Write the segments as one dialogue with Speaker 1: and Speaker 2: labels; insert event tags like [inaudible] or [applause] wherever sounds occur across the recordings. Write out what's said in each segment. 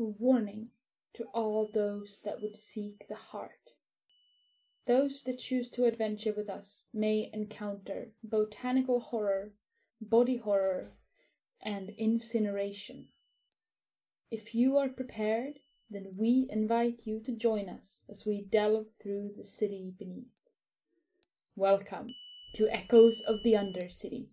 Speaker 1: a warning to all those that would seek the heart. Those that choose to adventure with us may encounter botanical horror, body horror, and incineration. If you are prepared, then we invite you to join us as we delve through the city beneath. Welcome to Echoes of the Undercity.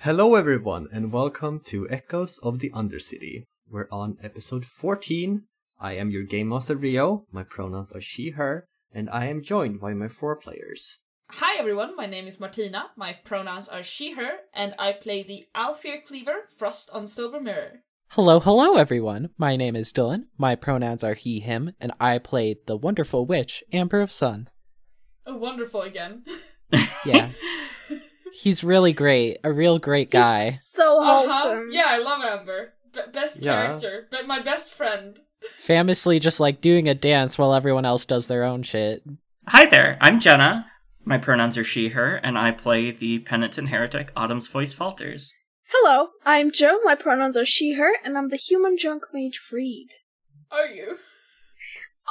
Speaker 2: Hello, everyone, and welcome to Echoes of the Undercity. We're on episode 14. I am your game master Rio. My pronouns are she, her, and I am joined by my four players.
Speaker 3: Hi everyone, my name is Martina. My pronouns are she, her, and I play the Alfear Cleaver Frost on Silver Mirror.
Speaker 4: Hello, hello, everyone. My name is Dylan. My pronouns are he, him, and I played the wonderful witch, Amber of Sun.
Speaker 3: Oh, wonderful again. [laughs]
Speaker 4: Yeah. He's really great, a real great guy.
Speaker 5: So
Speaker 3: Uh-huh.
Speaker 5: wholesome.
Speaker 3: Yeah, I love Amber. Be- best
Speaker 2: Yeah.
Speaker 3: character, but my best friend.
Speaker 4: Famously just like doing a dance while everyone else does their own shit.
Speaker 6: Hi there, I'm Jenna. My pronouns are she, her, and I play the penitent heretic Autumn's Voice Falters.
Speaker 5: Hello, I'm Joe. My pronouns are she, her, and I'm the human junk mage Reed.
Speaker 3: Are you?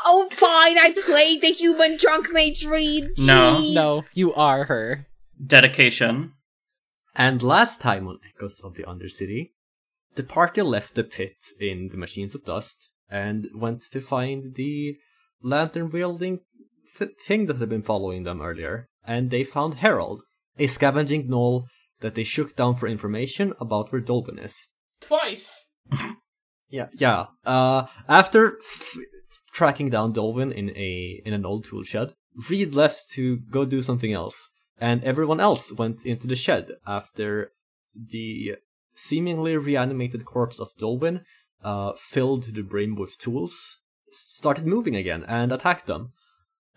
Speaker 5: Oh, fine. I played the human junk mage Reed.
Speaker 6: No.
Speaker 5: Jeez.
Speaker 4: No, you are her.
Speaker 6: Dedication. [laughs]
Speaker 2: And last time on Echoes of the Undercity, the party left the pit in the Machines of Dust and went to find the lantern wielding th- thing that had been following them earlier. And they found Harold, a scavenging gnoll that they shook down for information about where Dolvin is.
Speaker 3: Twice.
Speaker 2: Yeah, yeah. Uh, after f- tracking down Dolvin in a in an old tool shed, Reed left to go do something else, and everyone else went into the shed after the seemingly reanimated corpse of Dolvin, uh, filled the brain with tools, s- started moving again and attacked them.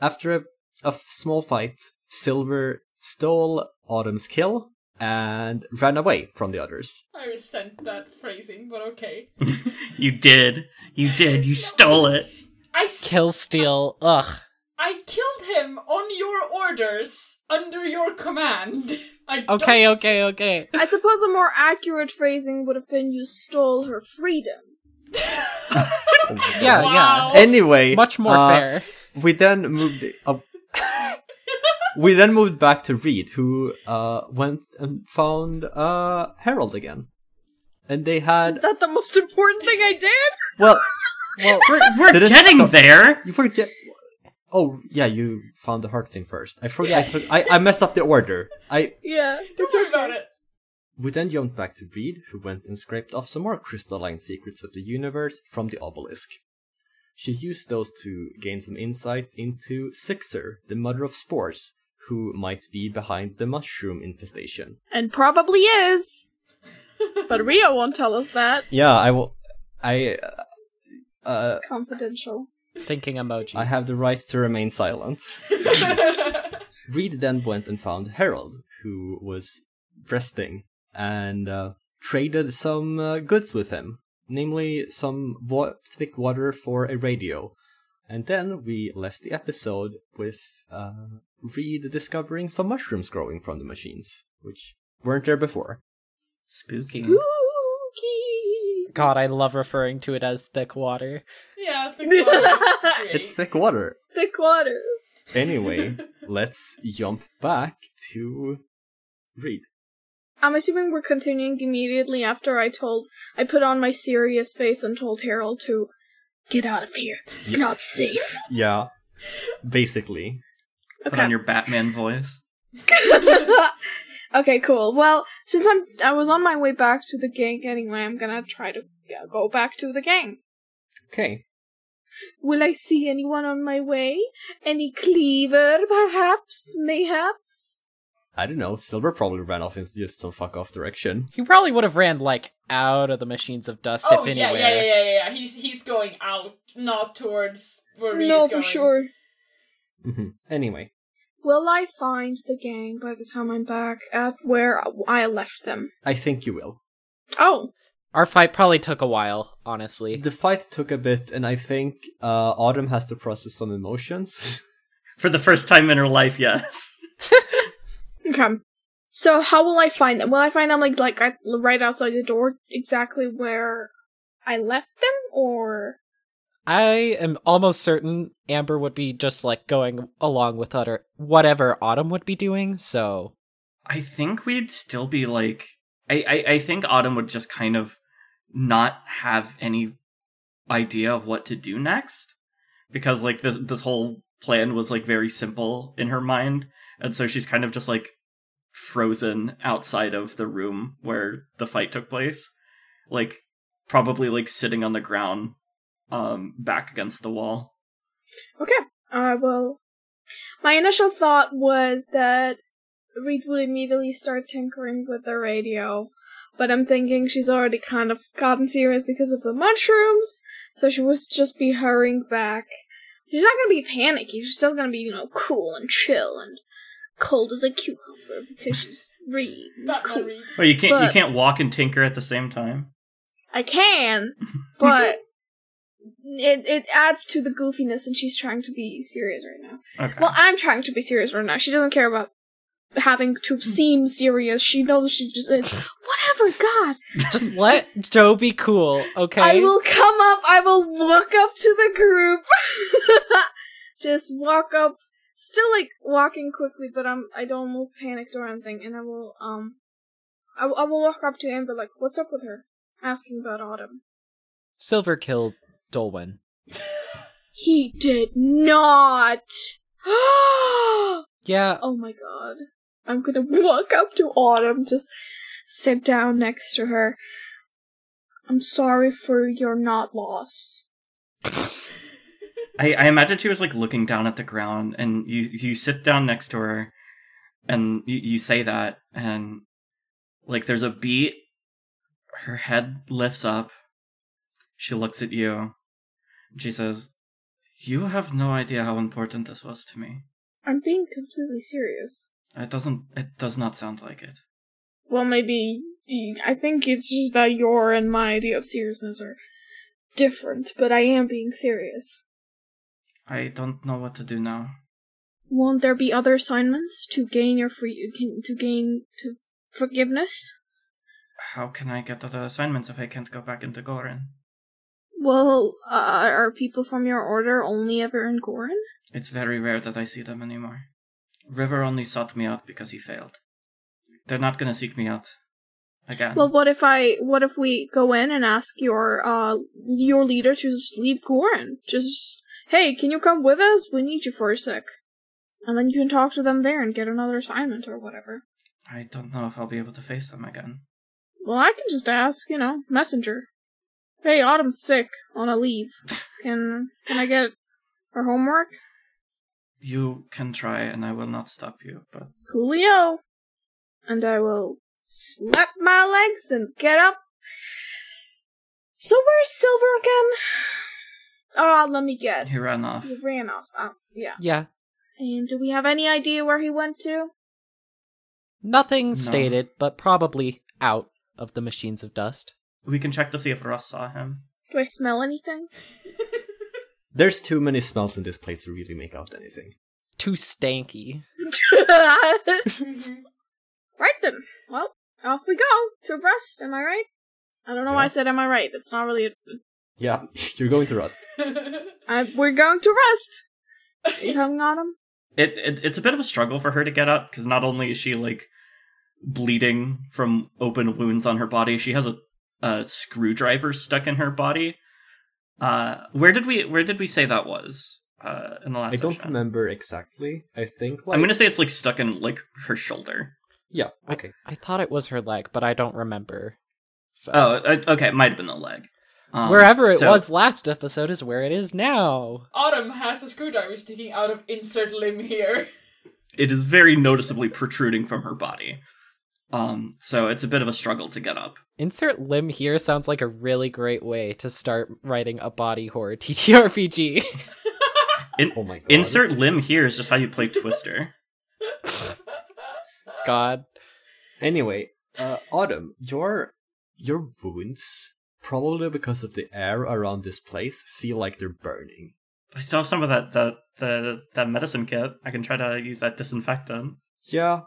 Speaker 2: After a, a f- small fight, Silver stole Autumn's kill and ran away from the others.
Speaker 3: I resent that phrasing, but okay.
Speaker 6: You did. You did. You stole it.
Speaker 3: I s-
Speaker 4: Kill steal, ugh.
Speaker 3: I killed him on your orders, under your command. [laughs] I
Speaker 4: Okay,
Speaker 3: don't s-
Speaker 4: okay, okay.
Speaker 5: I suppose a more accurate phrasing would have been you stole her freedom.
Speaker 4: Yeah,
Speaker 3: Wow.
Speaker 2: Anyway,
Speaker 4: yeah. Much more
Speaker 2: uh,
Speaker 4: fair.
Speaker 2: we then moved up. we then moved back to Reed, who uh, went and found uh, Harold again, and they had
Speaker 5: Is that the most important thing I did?
Speaker 2: well, well,
Speaker 6: We're, we're
Speaker 2: Didn't
Speaker 6: getting
Speaker 2: stop-
Speaker 6: there.
Speaker 2: you forget. Oh yeah, you found the heart thing first. I forgot. I,
Speaker 3: Yes.
Speaker 2: forg- I, I messed up the order. I
Speaker 5: Yeah.
Speaker 3: Don't worry about it.
Speaker 2: we then jumped back to Reed, who went and scraped off some more crystalline secrets of the universe from the obelisk. She used those to gain some insight into Sixer, the mother of spores, who might be behind the mushroom infestation.
Speaker 5: And probably
Speaker 3: [laughs]
Speaker 5: is. But Rio won't tell us that.
Speaker 2: Yeah, I will. I uh, uh,
Speaker 5: Confidential.
Speaker 4: Thinking emoji.
Speaker 2: I have the right to remain silent. Reed then went and found Harold, who was resting, and uh, traded some uh, goods with him, namely some wa- thick water for a radio. And then we left the episode with uh, Reed discovering some mushrooms growing from the machines, which weren't there before.
Speaker 6: Spooky.
Speaker 5: Spooky.
Speaker 4: God, I love referring to it as thick water.
Speaker 3: [laughs] Yeah, I think that was great.
Speaker 2: It's thick water.
Speaker 5: Thick water.
Speaker 2: Anyway, let's jump back to Reed.
Speaker 5: I'm assuming we're continuing immediately after I told I put on my serious face and told Harold to get out of here. It's
Speaker 2: Yeah.
Speaker 5: not safe.
Speaker 2: Yeah, basically.
Speaker 6: Put on your Batman voice.
Speaker 5: [laughs] okay, cool. Well, since I'm I was on my way back to the gang anyway, I'm gonna try to yeah, go back to the gang.
Speaker 2: Okay.
Speaker 5: Will I see anyone on my way? Any cleaver, perhaps, mayhaps?
Speaker 2: I don't know. Silver probably ran off in just some fuck off direction.
Speaker 4: He probably would have ran like out of the machines of dust
Speaker 3: Oh
Speaker 4: if
Speaker 3: yeah,
Speaker 4: anywhere.
Speaker 3: yeah, yeah, yeah, yeah. He's he's going out, not towards where Reed
Speaker 5: no,
Speaker 3: is
Speaker 5: for
Speaker 3: going.
Speaker 5: sure.
Speaker 2: Mhm. anyway,
Speaker 5: Will I find the gang by the time I'm back at where I left them?
Speaker 2: I think you will.
Speaker 5: Oh,
Speaker 4: Our fight probably took a while, honestly.
Speaker 2: The fight took a bit, and I think uh, Autumn has to process some emotions. [laughs]
Speaker 6: For the first time in her life, yes.
Speaker 5: Okay. So how will I find them? Will I find them like like I, right outside the door, exactly where I left them, or
Speaker 4: I am almost certain Amber would be just like going along with utter whatever Autumn would be doing, so
Speaker 6: I think we'd still be like I, I, I think Autumn would just kind of not have any idea of what to do next. Because like this this whole plan was like very simple in her mind. And so she's kind of just like frozen outside of the room where the fight took place. Like probably like sitting on the ground um back against the wall.
Speaker 5: Okay. I will. My initial thought was that Reed would immediately start tinkering with the radio, but I'm thinking she's already kind of gotten serious because of the mushrooms, so she was just be hurrying back. She's not gonna be panicky. She's still gonna be, you know, cool and chill and cold as a cucumber because she's Reed.
Speaker 3: Batman
Speaker 5: cool.
Speaker 3: Reed.
Speaker 6: Well you can't you
Speaker 5: But-
Speaker 6: can't walk and tinker at the same time.
Speaker 5: I can, but it it adds to the goofiness, and she's trying to be serious right now.
Speaker 6: Okay. [laughs]
Speaker 5: Well, I'm trying to be serious right now. She doesn't care about having to seem serious. She knows she just is. Whatever, God. [laughs]
Speaker 4: just let Joe be cool, okay?
Speaker 5: I will come up. I will walk up to the group. [laughs] just walk up. Still like walking quickly, but I'm I don't move panicked or anything, and I will um, I, will- I will walk up to Amber like, what's up with her, asking about Autumn.
Speaker 4: Silver killed Dolwyn.
Speaker 5: He did not. [gasps]
Speaker 4: Yeah,
Speaker 5: Oh my god. I'm gonna [laughs] walk up to Autumn, just sit down next to her. I'm sorry for your not loss.
Speaker 6: I, I imagine she was like looking down at the ground, and you you sit down next to her, and you, you say that, and like there's a beat. Her head lifts up. She looks at you. and She says, "You have no idea how important this was to me.
Speaker 5: I'm being completely serious.
Speaker 6: It doesn't. It does not sound like it.
Speaker 5: Well, maybe. I think it's just that your and my idea of seriousness are different, but I am being serious.
Speaker 6: I don't know what to do now.
Speaker 5: Won't there be other assignments to gain your free to gain to forgiveness?
Speaker 6: How can I get other assignments if I can't go back into Gorin?
Speaker 5: Well, uh, are people from your order only ever in Gorin?
Speaker 6: It's very rare that I see them anymore. River only sought me out because he failed. They're not gonna seek me out again.
Speaker 5: Well, what if I? What if we go in and ask your uh your leader to just leave Gorin? Just hey, can you come with us? We need you for a sec, and then you can talk to them there and get another assignment or whatever.
Speaker 6: I don't know if I'll be able to face them again.
Speaker 5: Well, I can just ask, you know, messenger. Hey, Autumn's sick on a leave. Can can I get her homework?
Speaker 6: You can try, and I will not stop you. But
Speaker 5: Coolio. And I will slap my legs and get up. So where's Silver again? Ah, let me guess.
Speaker 6: He ran off.
Speaker 5: He ran off. Oh, yeah.
Speaker 4: yeah.
Speaker 5: And do we have any idea where he went to?
Speaker 4: Nothing
Speaker 6: No.
Speaker 4: stated, but probably out of the machines of dust.
Speaker 6: we can check to see if Ross saw him.
Speaker 5: Do I smell anything?
Speaker 6: [laughs]
Speaker 2: There's too many smells in this place to really make out anything.
Speaker 4: Too stanky.
Speaker 5: right
Speaker 3: Mhm.
Speaker 5: then. Well, off we go to Rust. Am I right? I don't know why I
Speaker 2: Yeah.
Speaker 5: said am I right. It's not really. A-
Speaker 2: Yeah, [laughs] you're going to
Speaker 6: [laughs]
Speaker 2: rust.
Speaker 3: Mm-hmm.
Speaker 5: I- we're going to Rust.
Speaker 6: [laughs]
Speaker 5: You hung on him.
Speaker 6: It, it it's a bit of a struggle for her to get up because not only is she like bleeding from open wounds on her body, she has a, a screwdriver stuck in her body. Uh, where did we where did we say that was? Uh, in the last
Speaker 2: I don't
Speaker 6: session?
Speaker 2: remember exactly. I think like
Speaker 6: I'm gonna say it's like stuck in like her shoulder.
Speaker 2: yeah. Okay.
Speaker 4: I thought it was her leg, but I don't remember. So
Speaker 6: Oh, uh, okay, it might have been the leg. Um,
Speaker 4: wherever it
Speaker 6: so-
Speaker 4: was last episode is where it is now.
Speaker 3: [laughs] Autumn has a screwdriver sticking out of insert limb here.
Speaker 6: it is very noticeably protruding from her body. Um, so it's a bit of a struggle to get up.
Speaker 4: Insert limb here sounds like a really great way to start writing a body horror [laughs] TTRPG.
Speaker 6: In-
Speaker 2: Oh my god.
Speaker 6: insert limb here is just how you play Twister.
Speaker 4: God.
Speaker 2: Anyway, uh, Autumn, your your wounds, probably because of the air around this place, feel like they're burning.
Speaker 6: I still have some of that the the that medicine kit. I can try to use that disinfectant.
Speaker 2: Yeah,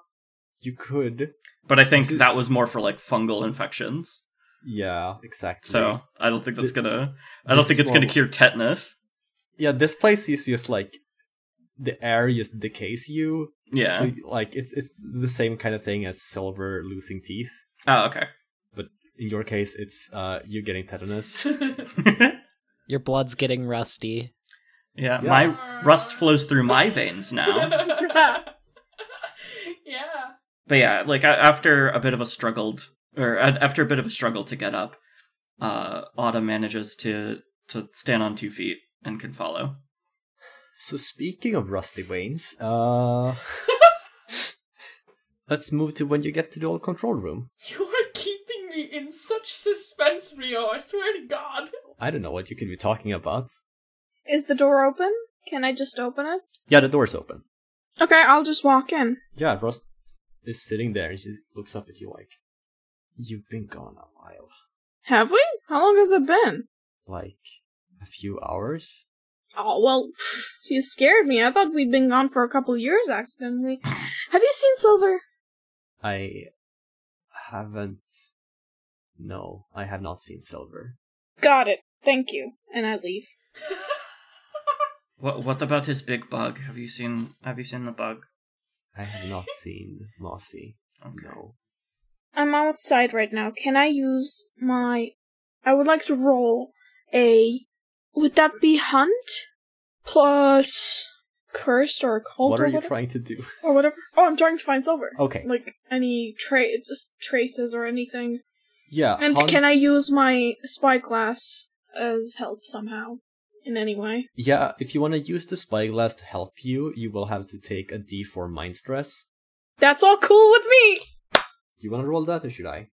Speaker 2: you could.
Speaker 6: But I think
Speaker 2: This is-
Speaker 6: that was more for like fungal infections.
Speaker 2: Yeah, exactly.
Speaker 6: So I don't think that's
Speaker 2: Th-
Speaker 6: gonna. I don't
Speaker 2: this
Speaker 6: think
Speaker 2: is
Speaker 6: it's gonna
Speaker 2: what-
Speaker 6: cure tetanus.
Speaker 2: yeah, this place is just like the air just decays you.
Speaker 6: Yeah.
Speaker 2: So like it's it's the same kind of thing as silver losing teeth.
Speaker 6: oh, okay.
Speaker 2: In your case, it's uh you getting
Speaker 6: [laughs]
Speaker 2: tetanus.
Speaker 4: Your blood's getting rusty.
Speaker 6: yeah,
Speaker 2: Yeah.
Speaker 6: My rust flows through my
Speaker 2: [laughs]
Speaker 6: veins now.
Speaker 3: [laughs] yeah.
Speaker 6: but yeah, like a- after a bit of a struggled, or a- after a bit of a struggle to get up, uh, Autumn manages to to stand on two feet and can follow.
Speaker 2: so speaking of rusty veins,
Speaker 6: [laughs]
Speaker 2: uh, let's move to when you get to the old control room.
Speaker 3: You are keeping me in such suspense, Rio. I swear to God.
Speaker 2: I don't know what you could be talking about.
Speaker 5: Is the door open? Can I just open it?
Speaker 2: Yeah, the door's open.
Speaker 5: Okay, I'll just walk in.
Speaker 2: Yeah, Rust is sitting there and she looks up at you like, You've been gone a while.
Speaker 5: Have we? How long has it been?
Speaker 2: Like, a few hours?
Speaker 5: Oh, well, pff, you scared me. I thought we'd been gone for a couple years accidentally. Have you seen Silver?
Speaker 2: I haven't. No, I have not seen Silver.
Speaker 5: Got it. Thank you. And I leave.
Speaker 6: What what about his big bug? Have you seen Have you seen the bug?
Speaker 2: I have
Speaker 5: [laughs]
Speaker 2: not seen Mossy. No.
Speaker 5: I'm outside right now. Can I use my. I would like to roll a. Would that be hunt? Plus. Cursed or occult
Speaker 2: what
Speaker 5: or
Speaker 2: are you
Speaker 5: whatever?
Speaker 2: trying to do? [laughs]
Speaker 5: or whatever. Oh, I'm trying to find silver.
Speaker 2: Okay.
Speaker 5: Like any tra- just traces or anything.
Speaker 2: Yeah.
Speaker 5: And
Speaker 2: Hunt-
Speaker 5: can I use my spyglass as help somehow? In any way?
Speaker 2: Yeah, if you want to use the spyglass to help you, you will have to take a D4 mind stress.
Speaker 5: That's all cool with me!
Speaker 2: Do you want to roll that or should I?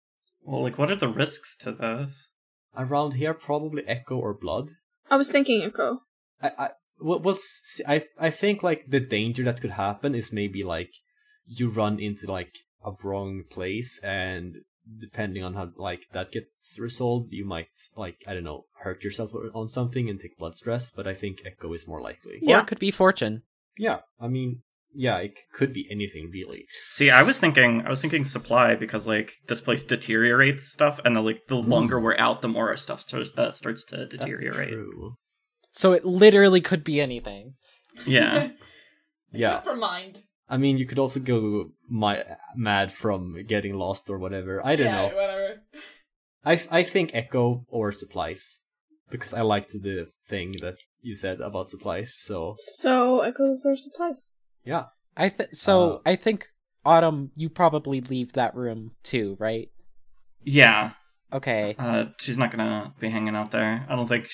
Speaker 6: Well, like what are the risks to this?
Speaker 2: Around here, probably Echo or Blood.
Speaker 5: I was thinking, Echo.
Speaker 2: I, I well, well, s- I, I think like the danger that could happen is maybe like you run into like a wrong place, and depending on how like that gets resolved, you might like I don't know hurt yourself or- on something and take blood stress. But I think echo is more likely.
Speaker 5: Yeah.
Speaker 4: Or it could be fortune.
Speaker 2: Yeah, I mean, yeah, it c- could be anything really.
Speaker 6: See, I was thinking I was thinking supply because like this place deteriorates stuff, and the like the longer we're out, the more our stuff starts uh, starts to
Speaker 2: Hmm. That's
Speaker 6: deteriorate.
Speaker 2: true.
Speaker 4: So it literally could be anything.
Speaker 3: [laughs]
Speaker 6: Yeah,
Speaker 2: Yeah,
Speaker 3: Except for mind.
Speaker 2: I mean, you could also go my mad from getting lost or whatever. I don't
Speaker 3: yeah,
Speaker 2: know.
Speaker 3: Whatever.
Speaker 2: I I think echo or supplies because I liked the thing that you said about supplies.
Speaker 5: [laughs]
Speaker 2: So
Speaker 5: So, Echo's our supplies.
Speaker 2: yeah,
Speaker 4: I th- so
Speaker 2: Uh,
Speaker 4: I think Autumn, you probably leave that room too, right?
Speaker 6: yeah.
Speaker 4: Okay.
Speaker 6: Uh, she's not gonna be hanging out there. I don't think.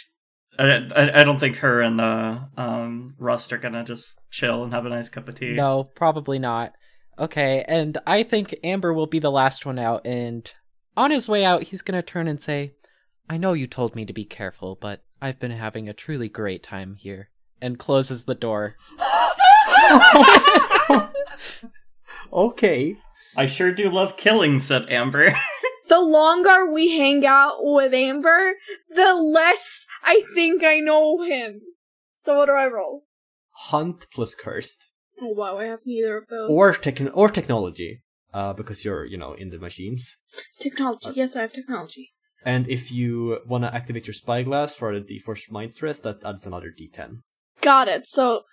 Speaker 6: I, I, I don't think her and uh, um, Rust are gonna just chill and have a nice cup of tea.
Speaker 4: No, probably not. Okay, and I think Amber will be the last one out and on his way out he's going to turn and say, "I know you told me to be careful, but I've been having a truly great time here." And closes the door.
Speaker 2: okay.
Speaker 6: I sure do love killing," said Amber. [laughs]
Speaker 5: The longer we hang out with Amber, the less I think I know him. So, what do I roll?
Speaker 2: Hunt plus cursed
Speaker 5: Oh, wow, I have neither of those.
Speaker 2: or techn or technology, uh, because you're you know in the machines.
Speaker 5: Technology. Yes, I have technology.
Speaker 2: And if you want to activate your spyglass for the D4 mind stress, that adds another D10.
Speaker 5: Got it. So,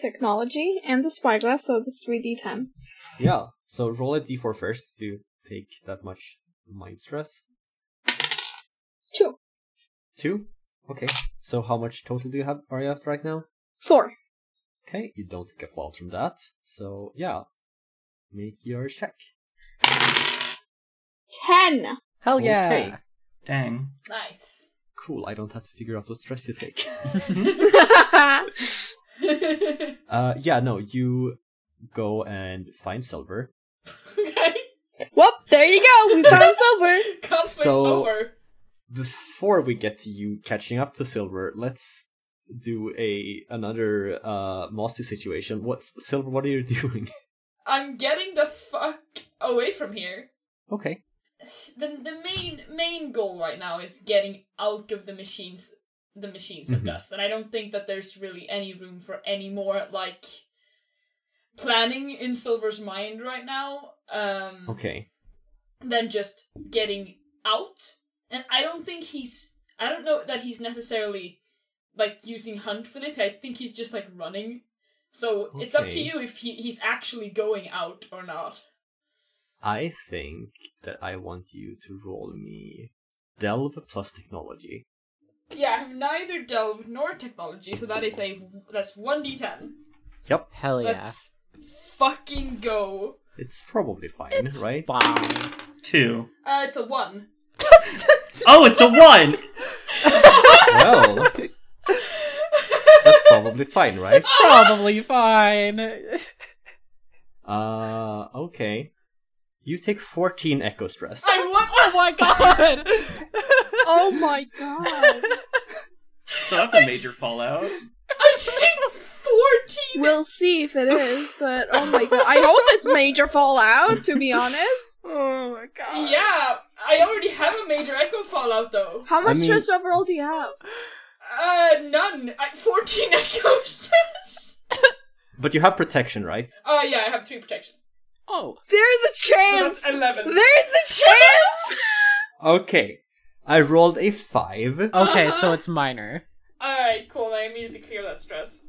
Speaker 5: technology and the spyglass, so that's 3d10.
Speaker 2: Yeah. So roll a D4 first to take that much mind stress.
Speaker 5: Two.
Speaker 2: Two. Okay. So how much total do you have? Are you at right now?
Speaker 5: Four.
Speaker 2: Okay. You don't take a fall from that. So yeah, make your check.
Speaker 5: Ten!
Speaker 4: Hell yeah.
Speaker 2: Okay.
Speaker 6: Dang.
Speaker 3: Nice. [laughs]
Speaker 2: Cool. I don't have to figure out what stress you take. [laughs]
Speaker 3: okay.
Speaker 2: Uh, yeah, no, you go and find silver.
Speaker 5: Whoop, there you go. We found [laughs] silver.
Speaker 3: [laughs] Conflict
Speaker 2: So-
Speaker 3: over.
Speaker 2: Before we get to you catching up to silver, let's do a another uh mossy situation. What's silver? What are you [laughs] doing?
Speaker 3: I'm getting the fuck away from here.
Speaker 2: okay.
Speaker 3: the the main main goal right now is getting out of the machines the machines of
Speaker 2: Mhm.
Speaker 3: dust, and I don't think that there's really any room for any more like planning in Silver's mind right now. Um,
Speaker 2: Okay.
Speaker 3: than just getting out. And I don't think he's I don't know that he's necessarily like using hunt for this. I think he's just like running. So it's up to
Speaker 2: Okay.
Speaker 3: you if he, he's actually going out or not.
Speaker 2: I think that I want you to roll me Delve plus technology.
Speaker 3: Yeah, I have neither delve nor technology, so that is a that's one d ten.
Speaker 4: Hell Oh, yeah.
Speaker 3: Let's fucking go.
Speaker 2: It's probably fine, right?
Speaker 4: [laughs] Fine.
Speaker 6: Two.
Speaker 3: Uh, it's a one.
Speaker 6: Oh, it's a one.
Speaker 2: well, that's probably fine, right?
Speaker 4: It's probably fine. [laughs] Oh
Speaker 2: Uh, okay. You take 14 echo stress.
Speaker 3: I want.
Speaker 4: oh my god!
Speaker 5: Oh my god.
Speaker 6: So that's a major fallout.
Speaker 3: I take
Speaker 5: [laughs]
Speaker 3: fourteen.
Speaker 5: We'll see if it is, but oh my god. I hope it's major fallout, to be honest.
Speaker 4: [laughs] oh my god.
Speaker 3: Yeah, I already have a major echo fallout though.
Speaker 5: How much
Speaker 2: mean-
Speaker 5: stress overall do you have?
Speaker 3: Uh, none. I, 14 [laughs] echo stress.
Speaker 2: But you have protection, right?
Speaker 3: Oh, yeah, I have 3 protection.
Speaker 4: Oh.
Speaker 5: There's a
Speaker 3: So
Speaker 5: chance!
Speaker 3: that's 11.
Speaker 5: There's a chance!
Speaker 2: Okay. I rolled a 5.
Speaker 4: Okay, so it's minor.
Speaker 3: Alright, cool. I immediately clear that stress.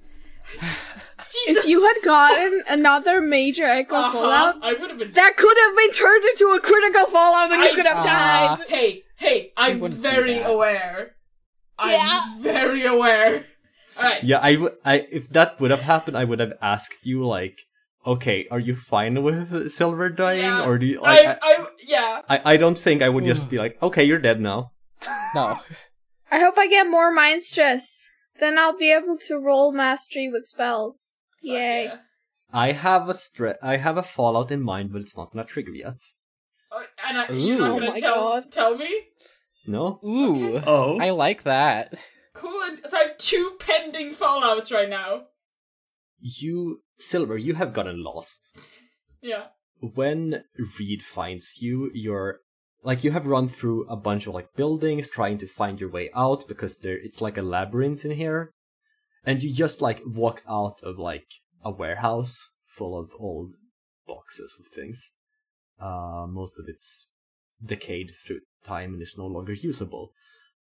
Speaker 3: Jesus.
Speaker 5: [sighs] if you had gotten another major echo
Speaker 3: Uh-huh,
Speaker 5: fallout,
Speaker 3: I would have been.
Speaker 5: that could have been turned into a critical fallout and
Speaker 3: I-
Speaker 5: you could have
Speaker 4: Ah.
Speaker 5: died.
Speaker 3: hey, hey, I'm
Speaker 4: wouldn't do
Speaker 3: very
Speaker 4: that.
Speaker 3: aware. I'm
Speaker 5: Yeah.
Speaker 3: very aware. Alright.
Speaker 2: Yeah, I, w- I if that would have happened, I would have asked you like, okay, are you fine with Silver dying,
Speaker 3: Yeah.
Speaker 2: or do you? Like,
Speaker 3: I,
Speaker 2: I,
Speaker 3: I, yeah.
Speaker 2: I, I don't think I would just be like, okay, you're dead now.
Speaker 4: No.
Speaker 5: I hope I get more mind stress. Then I'll be able to roll mastery with spells.
Speaker 3: Fuck
Speaker 5: Yay.
Speaker 3: yeah.
Speaker 2: I have a stre- I have a fallout in mind, but it's not gonna trigger yet.
Speaker 3: Oh, and I, you're not
Speaker 4: Ooh.
Speaker 3: gonna
Speaker 5: Oh my
Speaker 3: tell
Speaker 5: God.
Speaker 3: tell me?
Speaker 2: No,
Speaker 4: Ooh.
Speaker 6: Oh.
Speaker 4: I like that.
Speaker 3: Cool. And, so I have two pending fallouts right now.
Speaker 2: you Silver, you have gotten lost.
Speaker 3: Yeah.
Speaker 2: When Reed finds you, you're like you have run through a bunch of like buildings trying to find your way out because there it's like a labyrinth in here, and you just like walked out of like a warehouse full of old boxes of things. Uh, most of it's decayed through time and is no longer usable.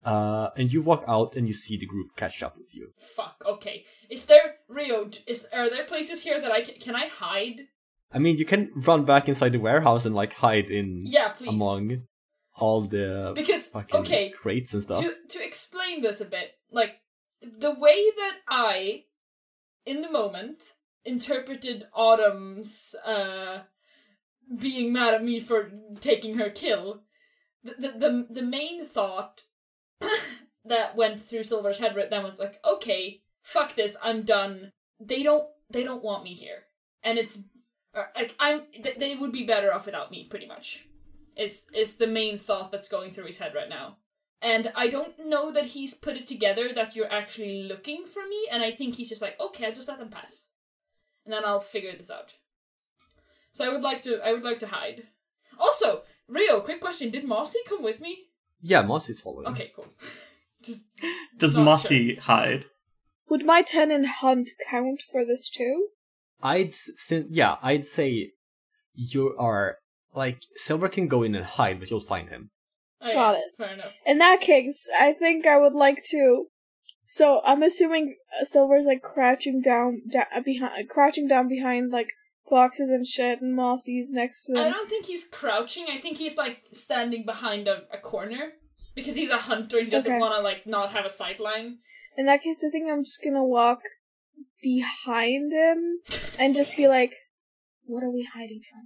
Speaker 2: Uh, and you walk out and you see the group catch up with you.
Speaker 3: Fuck. Okay. Is there Rio? d- Is are there places here that I can, can I hide?
Speaker 2: I mean, you can run back inside the warehouse and like hide in
Speaker 3: Yeah, please.
Speaker 2: among all the
Speaker 3: because
Speaker 2: fucking
Speaker 3: okay,
Speaker 2: crates and stuff.
Speaker 3: to to explain this a bit, like the way that I, in the moment, interpreted Autumn's uh being mad at me for taking her kill, the the the, the main thought [coughs] that went through Silver's head right then was like, okay, fuck this, I'm done. They don't they don't want me here, and it's or, like I'm th- they would be better off without me, pretty much. Is is the main thought that's going through his head right now. And I don't know that he's put it together that you're actually looking for me, and I think he's just like, okay, I'll just let them pass. And then I'll figure this out. So I would like to I would like to hide. Also, Rio, quick question, did Mossy come with me?
Speaker 2: Yeah, Moss is following.
Speaker 3: Okay, cool. [laughs] just
Speaker 6: Does
Speaker 3: Not
Speaker 6: Mossy hide?
Speaker 5: Would my ten in hunt count for this too?
Speaker 2: I'd s- sin- yeah, I'd say you are like Silver can go in and hide, but you'll find him.
Speaker 3: oh, yeah,
Speaker 5: Got it.
Speaker 3: Fair enough.
Speaker 5: In that case, I think I would like to. So I'm assuming uh, Silver's like crouching down, da- uh, behind, crouching down behind like boxes and shit, and Mossy's next to
Speaker 3: I
Speaker 5: him.
Speaker 3: don't think he's crouching. I think he's like standing behind a, a corner because he's a hunter. He doesn't
Speaker 5: Okay.
Speaker 3: want to like not have a sideline.
Speaker 5: In that case, I think I'm just gonna walk behind him and just be like, "What are we hiding from?"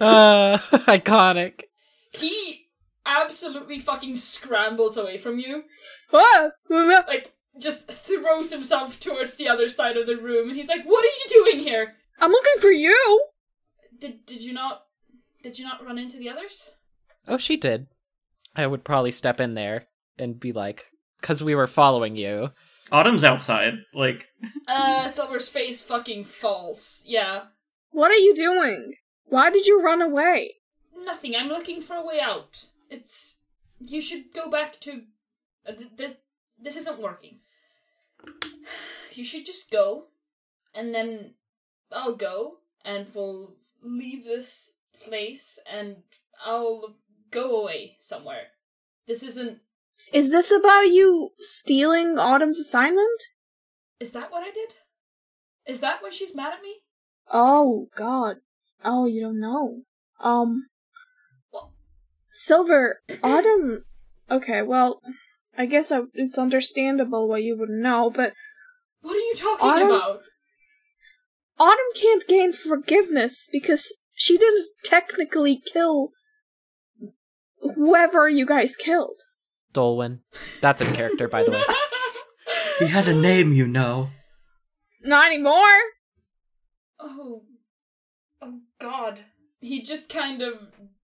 Speaker 4: Uh, [laughs] iconic.
Speaker 3: He absolutely fucking scrambles away from you.
Speaker 5: Ah! Ah!
Speaker 3: Like just throws himself towards the other side of the room, and he's like, "What are you doing here?
Speaker 5: I'm looking for you.
Speaker 3: Did did you not did you not run into the others?"
Speaker 4: Oh, she did. I would probably step in there and be like, because we were following you.
Speaker 6: Autumn's outside. Like,
Speaker 3: [laughs] Uh, Silver's face fucking falls. Yeah,
Speaker 5: What are you doing? Why did you run away?
Speaker 3: Nothing. I'm looking for a way out. It's. You should go back to. uh, th- This. This isn't working. You should just go, and then I'll go, and we'll leave this place, and I'll go away somewhere. This isn't.
Speaker 5: Is this about you stealing Autumn's assignment?
Speaker 3: Is that what I did? Is that why she's mad at me?
Speaker 5: Oh god. Oh, you don't know. Um
Speaker 3: Well-
Speaker 5: Silver Autumn Okay, well, I guess I, it's understandable why you wouldn't know, but
Speaker 3: What are you talking
Speaker 5: I don't-
Speaker 3: about?
Speaker 5: Autumn can't gain forgiveness because she didn't technically kill whoever you guys killed.
Speaker 4: Dolwyn. That's a character,
Speaker 3: [laughs]
Speaker 4: by the way.
Speaker 6: He had a name, you know.
Speaker 5: Not anymore.
Speaker 3: Oh, oh God! He just kind of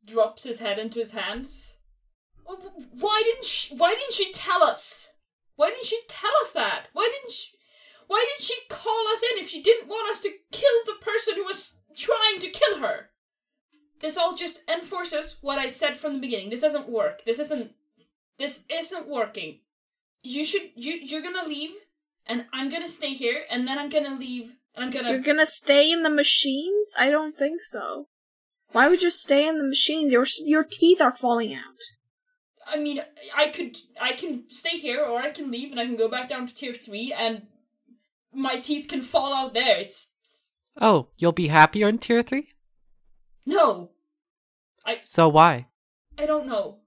Speaker 3: drops his head into his hands. Oh, but Why didn't she? Why didn't she tell us? Why didn't she tell us that? Why didn't she? Why did she call us in if she didn't want us to kill the person who was trying to kill her? This all just enforces what I said from the beginning. This doesn't work. This isn't. This isn't working. You should. You you're gonna leave, and I'm gonna stay here, and then I'm gonna leave, and I'm gonna.
Speaker 5: You're gonna stay in the machines? I don't think so. Why would you stay in the machines? Your your teeth are falling out.
Speaker 3: I mean, I could, I can stay here, or I can leave, and I can go back down to tier three, and my teeth can fall out there. It's
Speaker 4: [laughs] Oh, you'll be happier in tier three?
Speaker 3: no,
Speaker 4: So why?
Speaker 3: I don't know.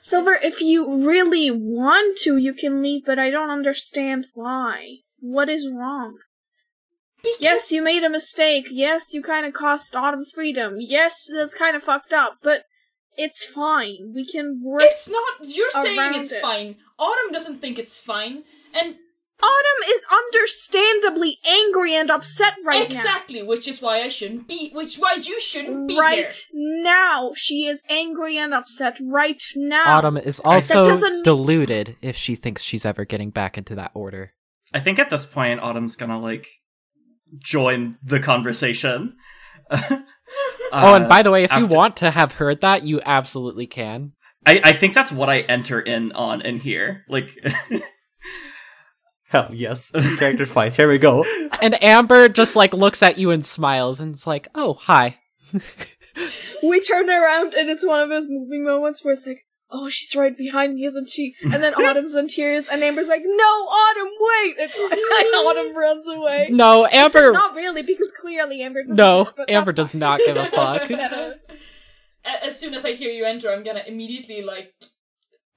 Speaker 5: Silver, if you really want to, you can leave, but I don't understand why. What is wrong?
Speaker 3: Because,
Speaker 5: Yes, you made a mistake. Yes, you kind of cost Autumn's freedom. Yes, that's kind of fucked up, but it's fine. We can work.
Speaker 3: It's not. You're saying
Speaker 5: around
Speaker 3: it's
Speaker 5: it.
Speaker 3: fine. Autumn doesn't think it's fine, and
Speaker 5: Autumn is understandably angry and upset right now.
Speaker 3: exactly, which is why I shouldn't be. Which why you shouldn't be here.
Speaker 5: Right now, she is angry and upset. Right now,
Speaker 4: Autumn is also
Speaker 5: doesn't-
Speaker 4: deluded if she thinks she's ever getting back into that order.
Speaker 6: I think at this point, Autumn's gonna like join the conversation. [laughs] Uh,
Speaker 4: oh, and by the way, if you
Speaker 6: after-
Speaker 4: want to have heard that, you absolutely can.
Speaker 6: I, I think that's what I enter in on in here. Like,
Speaker 2: [laughs]
Speaker 6: [laughs]
Speaker 2: Hell yes. [laughs] Character fight. Here we go.
Speaker 4: And Amber just like looks at you and smiles and it's like, oh, hi. [laughs]
Speaker 5: we turn around and it's one of those moving moments where it's like, oh, she's right behind me, isn't she?
Speaker 4: [laughs]
Speaker 5: And then Autumn's in tears, and Amber's like, no, Autumn, wait! And [laughs] Autumn runs away.
Speaker 4: No,
Speaker 5: Except
Speaker 4: Amber.
Speaker 5: not really, because clearly Amber. Doesn't
Speaker 4: No,
Speaker 5: but that's
Speaker 4: Amber does
Speaker 5: fine.
Speaker 4: not give
Speaker 5: [laughs]
Speaker 4: a fuck.
Speaker 5: Better.
Speaker 3: [laughs] A- As soon as I hear you enter, I'm gonna immediately like.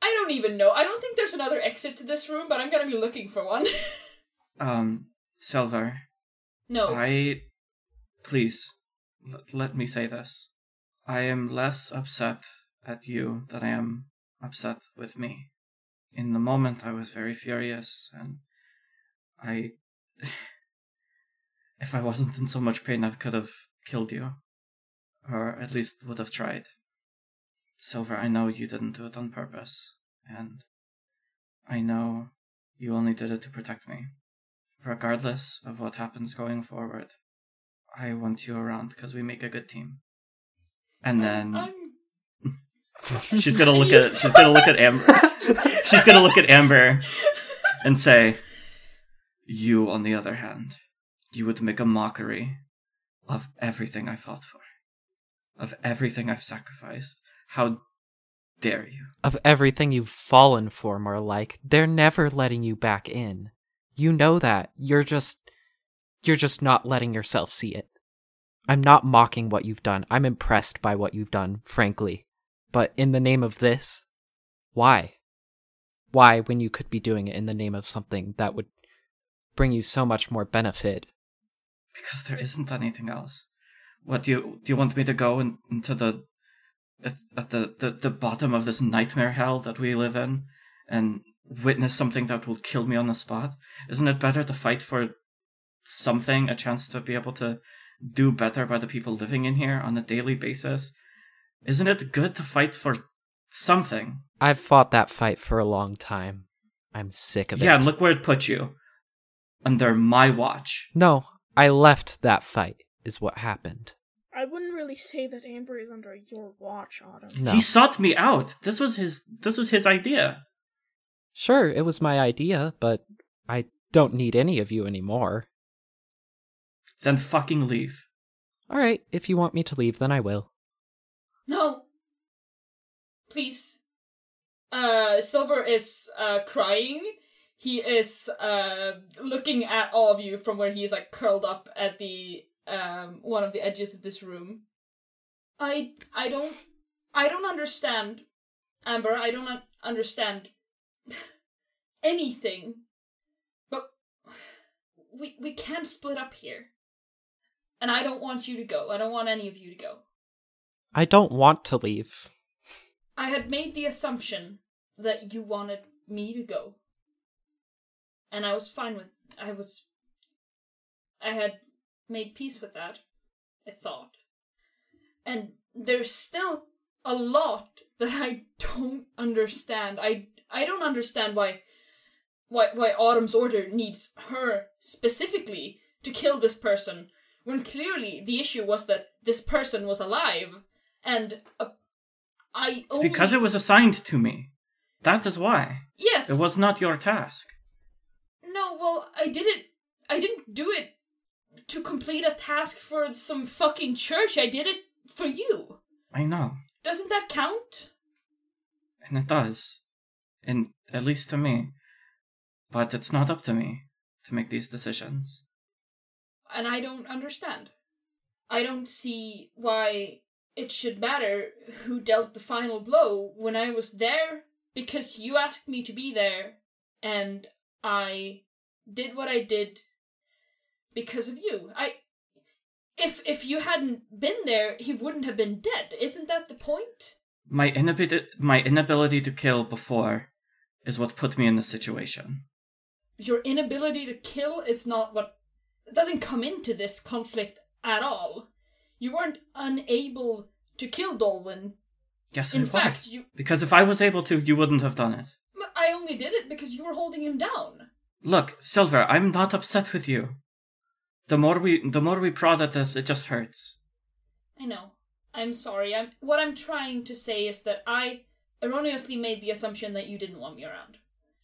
Speaker 3: I don't even know. I don't think there's another exit to this room, but I'm gonna be looking for one. [laughs]
Speaker 6: um, Silver,
Speaker 3: no.
Speaker 6: I. Please, l- let me say this. I am less upset at you than I am upset with me. In the moment, I was very furious, and I. [sighs] if I wasn't in so much pain, I could have killed you. Or at least would have tried. Silver, I know you didn't do it on purpose, and I know you only did it to protect me regardless of what happens going forward, I want you around because we make a good team. And then
Speaker 3: I'm
Speaker 6: she's gonna look at she's
Speaker 3: [laughs]
Speaker 6: gonna look at Amber. She's gonna look at Amber and say, "You, on the other hand, you would make a mockery of everything I fought for, of everything I've sacrificed. How dare you?"
Speaker 4: Of everything you've fallen for, more like, they're never letting you back in. You know that. You're just. You're just not letting yourself see it. I'm not mocking what you've done. I'm impressed by what you've done, frankly. But in the name of this, why? Why, when you could be doing it in the name of something that would bring you so much more benefit?
Speaker 6: Because there isn't anything else. What do you do? You want me to go in, into the at, at the, the the bottom of this nightmare hell that we live in and witness something that will kill me on the spot? Isn't it better to fight for something, a chance to be able to do better by the people living in here on a daily basis? Isn't it good to fight for something?
Speaker 4: I've fought that fight for a long time. I'm sick of it.
Speaker 6: Yeah, and look where it put you under my watch.
Speaker 4: No, I left that fight is what happened.
Speaker 5: I wouldn't really say that Amber is under your watch, Autumn.
Speaker 4: No.
Speaker 6: He sought me out. This was his. This was his idea.
Speaker 4: Sure, it was my idea, but I don't need any of you anymore.
Speaker 6: Then fucking leave.
Speaker 4: All right, if you want me to leave, then I will.
Speaker 3: No. Please. Uh, Silver is uh crying. He is uh looking at all of you from where he is like curled up at the um one of the edges of this room. I I don't I don't understand, Amber. I don't un- understand [laughs] anything. But we we can't split up here. And I don't want you to go. I don't want any of you to go.
Speaker 4: I don't want to leave.
Speaker 3: I had made the assumption that you wanted me to go. And I was fine with I was I had made peace with that, I thought. And there's still a lot that I [laughs] don't understand. I I don't understand why why why Autumn's order needs her specifically to kill this person when clearly the issue was that this person was alive and uh, I
Speaker 6: It's
Speaker 3: only
Speaker 6: because it was assigned to me. That is why.
Speaker 3: Yes.
Speaker 6: It was not your task.
Speaker 3: No, well, I did it. I didn't do it to complete a task for some fucking church. I did it for you.
Speaker 6: I know.
Speaker 3: Doesn't that count?
Speaker 6: And it does. And at least to me. But it's not up to me to make these decisions.
Speaker 3: And I don't understand. I don't see why it should matter who dealt the final blow when I was there because you asked me to be there and I did what I did because of you. I if if you hadn't been there, he wouldn't have been dead. Isn't that the point?
Speaker 6: My inability, my inability to kill before is what put me in this situation.
Speaker 3: your inability to kill is not what it doesn't come into this conflict at all. You weren't unable to kill Dolwyn.
Speaker 6: Yes,
Speaker 3: In
Speaker 6: I
Speaker 3: fact,
Speaker 6: was.
Speaker 3: you-
Speaker 6: Because if I was able to, you wouldn't have done it.
Speaker 3: But I only did it because you were holding him down.
Speaker 6: Look, Silver, I'm not upset with you. The more we, the more we prod at this, it just hurts.
Speaker 3: I know. I'm sorry. I'm what I'm trying to say is that I erroneously made the assumption that you didn't want me around.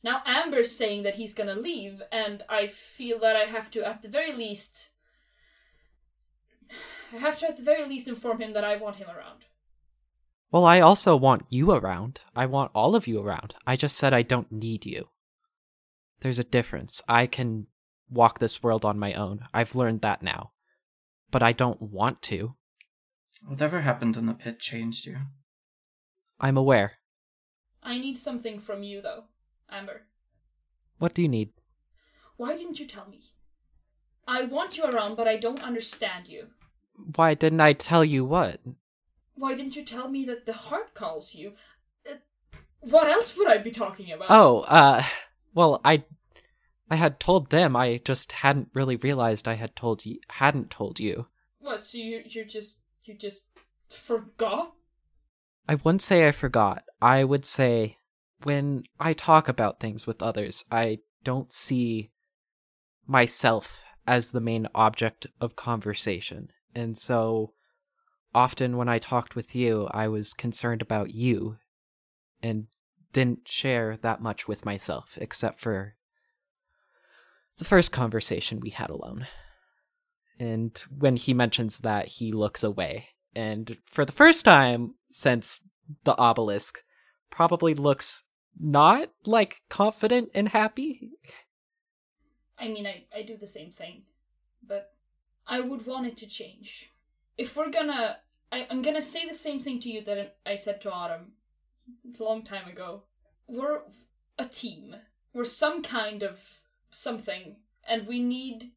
Speaker 3: Now Amber's saying that he's gonna leave, and I feel that I have to, at the very least, [sighs] I have to, at the very least, inform him that I want him around.
Speaker 4: Well, I also want you around. I want all of you around. I just said I don't need you. There's a difference. I can walk this world on my own. I've learned that now. But I don't want to.
Speaker 6: Whatever happened in the pit changed you.
Speaker 4: I'm aware.
Speaker 3: I need something from you, though, Amber.
Speaker 4: What do you need?
Speaker 3: Why didn't you tell me? I want you around, but I don't understand you.
Speaker 4: Why didn't I tell you what?
Speaker 3: Why didn't you tell me that the heart calls you? Uh, what else would I be talking about?
Speaker 4: Oh, uh well, I I had told them. I just hadn't really realized I had told you hadn't told you.
Speaker 3: What? So you you just you just forgot?
Speaker 4: I wouldn't say I forgot. I would say when I talk about things with others, I don't see myself as the main object of conversation. And so often when I talked with you, I was concerned about you and didn't share that much with myself, except for the first conversation we had alone. And when he mentions that, he looks away. And for the first time since the obelisk, probably looks not like confident and happy.
Speaker 3: I mean, I I do the same thing, but I would want it to change. If we're gonna, I, I'm gonna say the same thing to you that I said to Autumn a long time ago. We're a team. We're some kind of something, and we need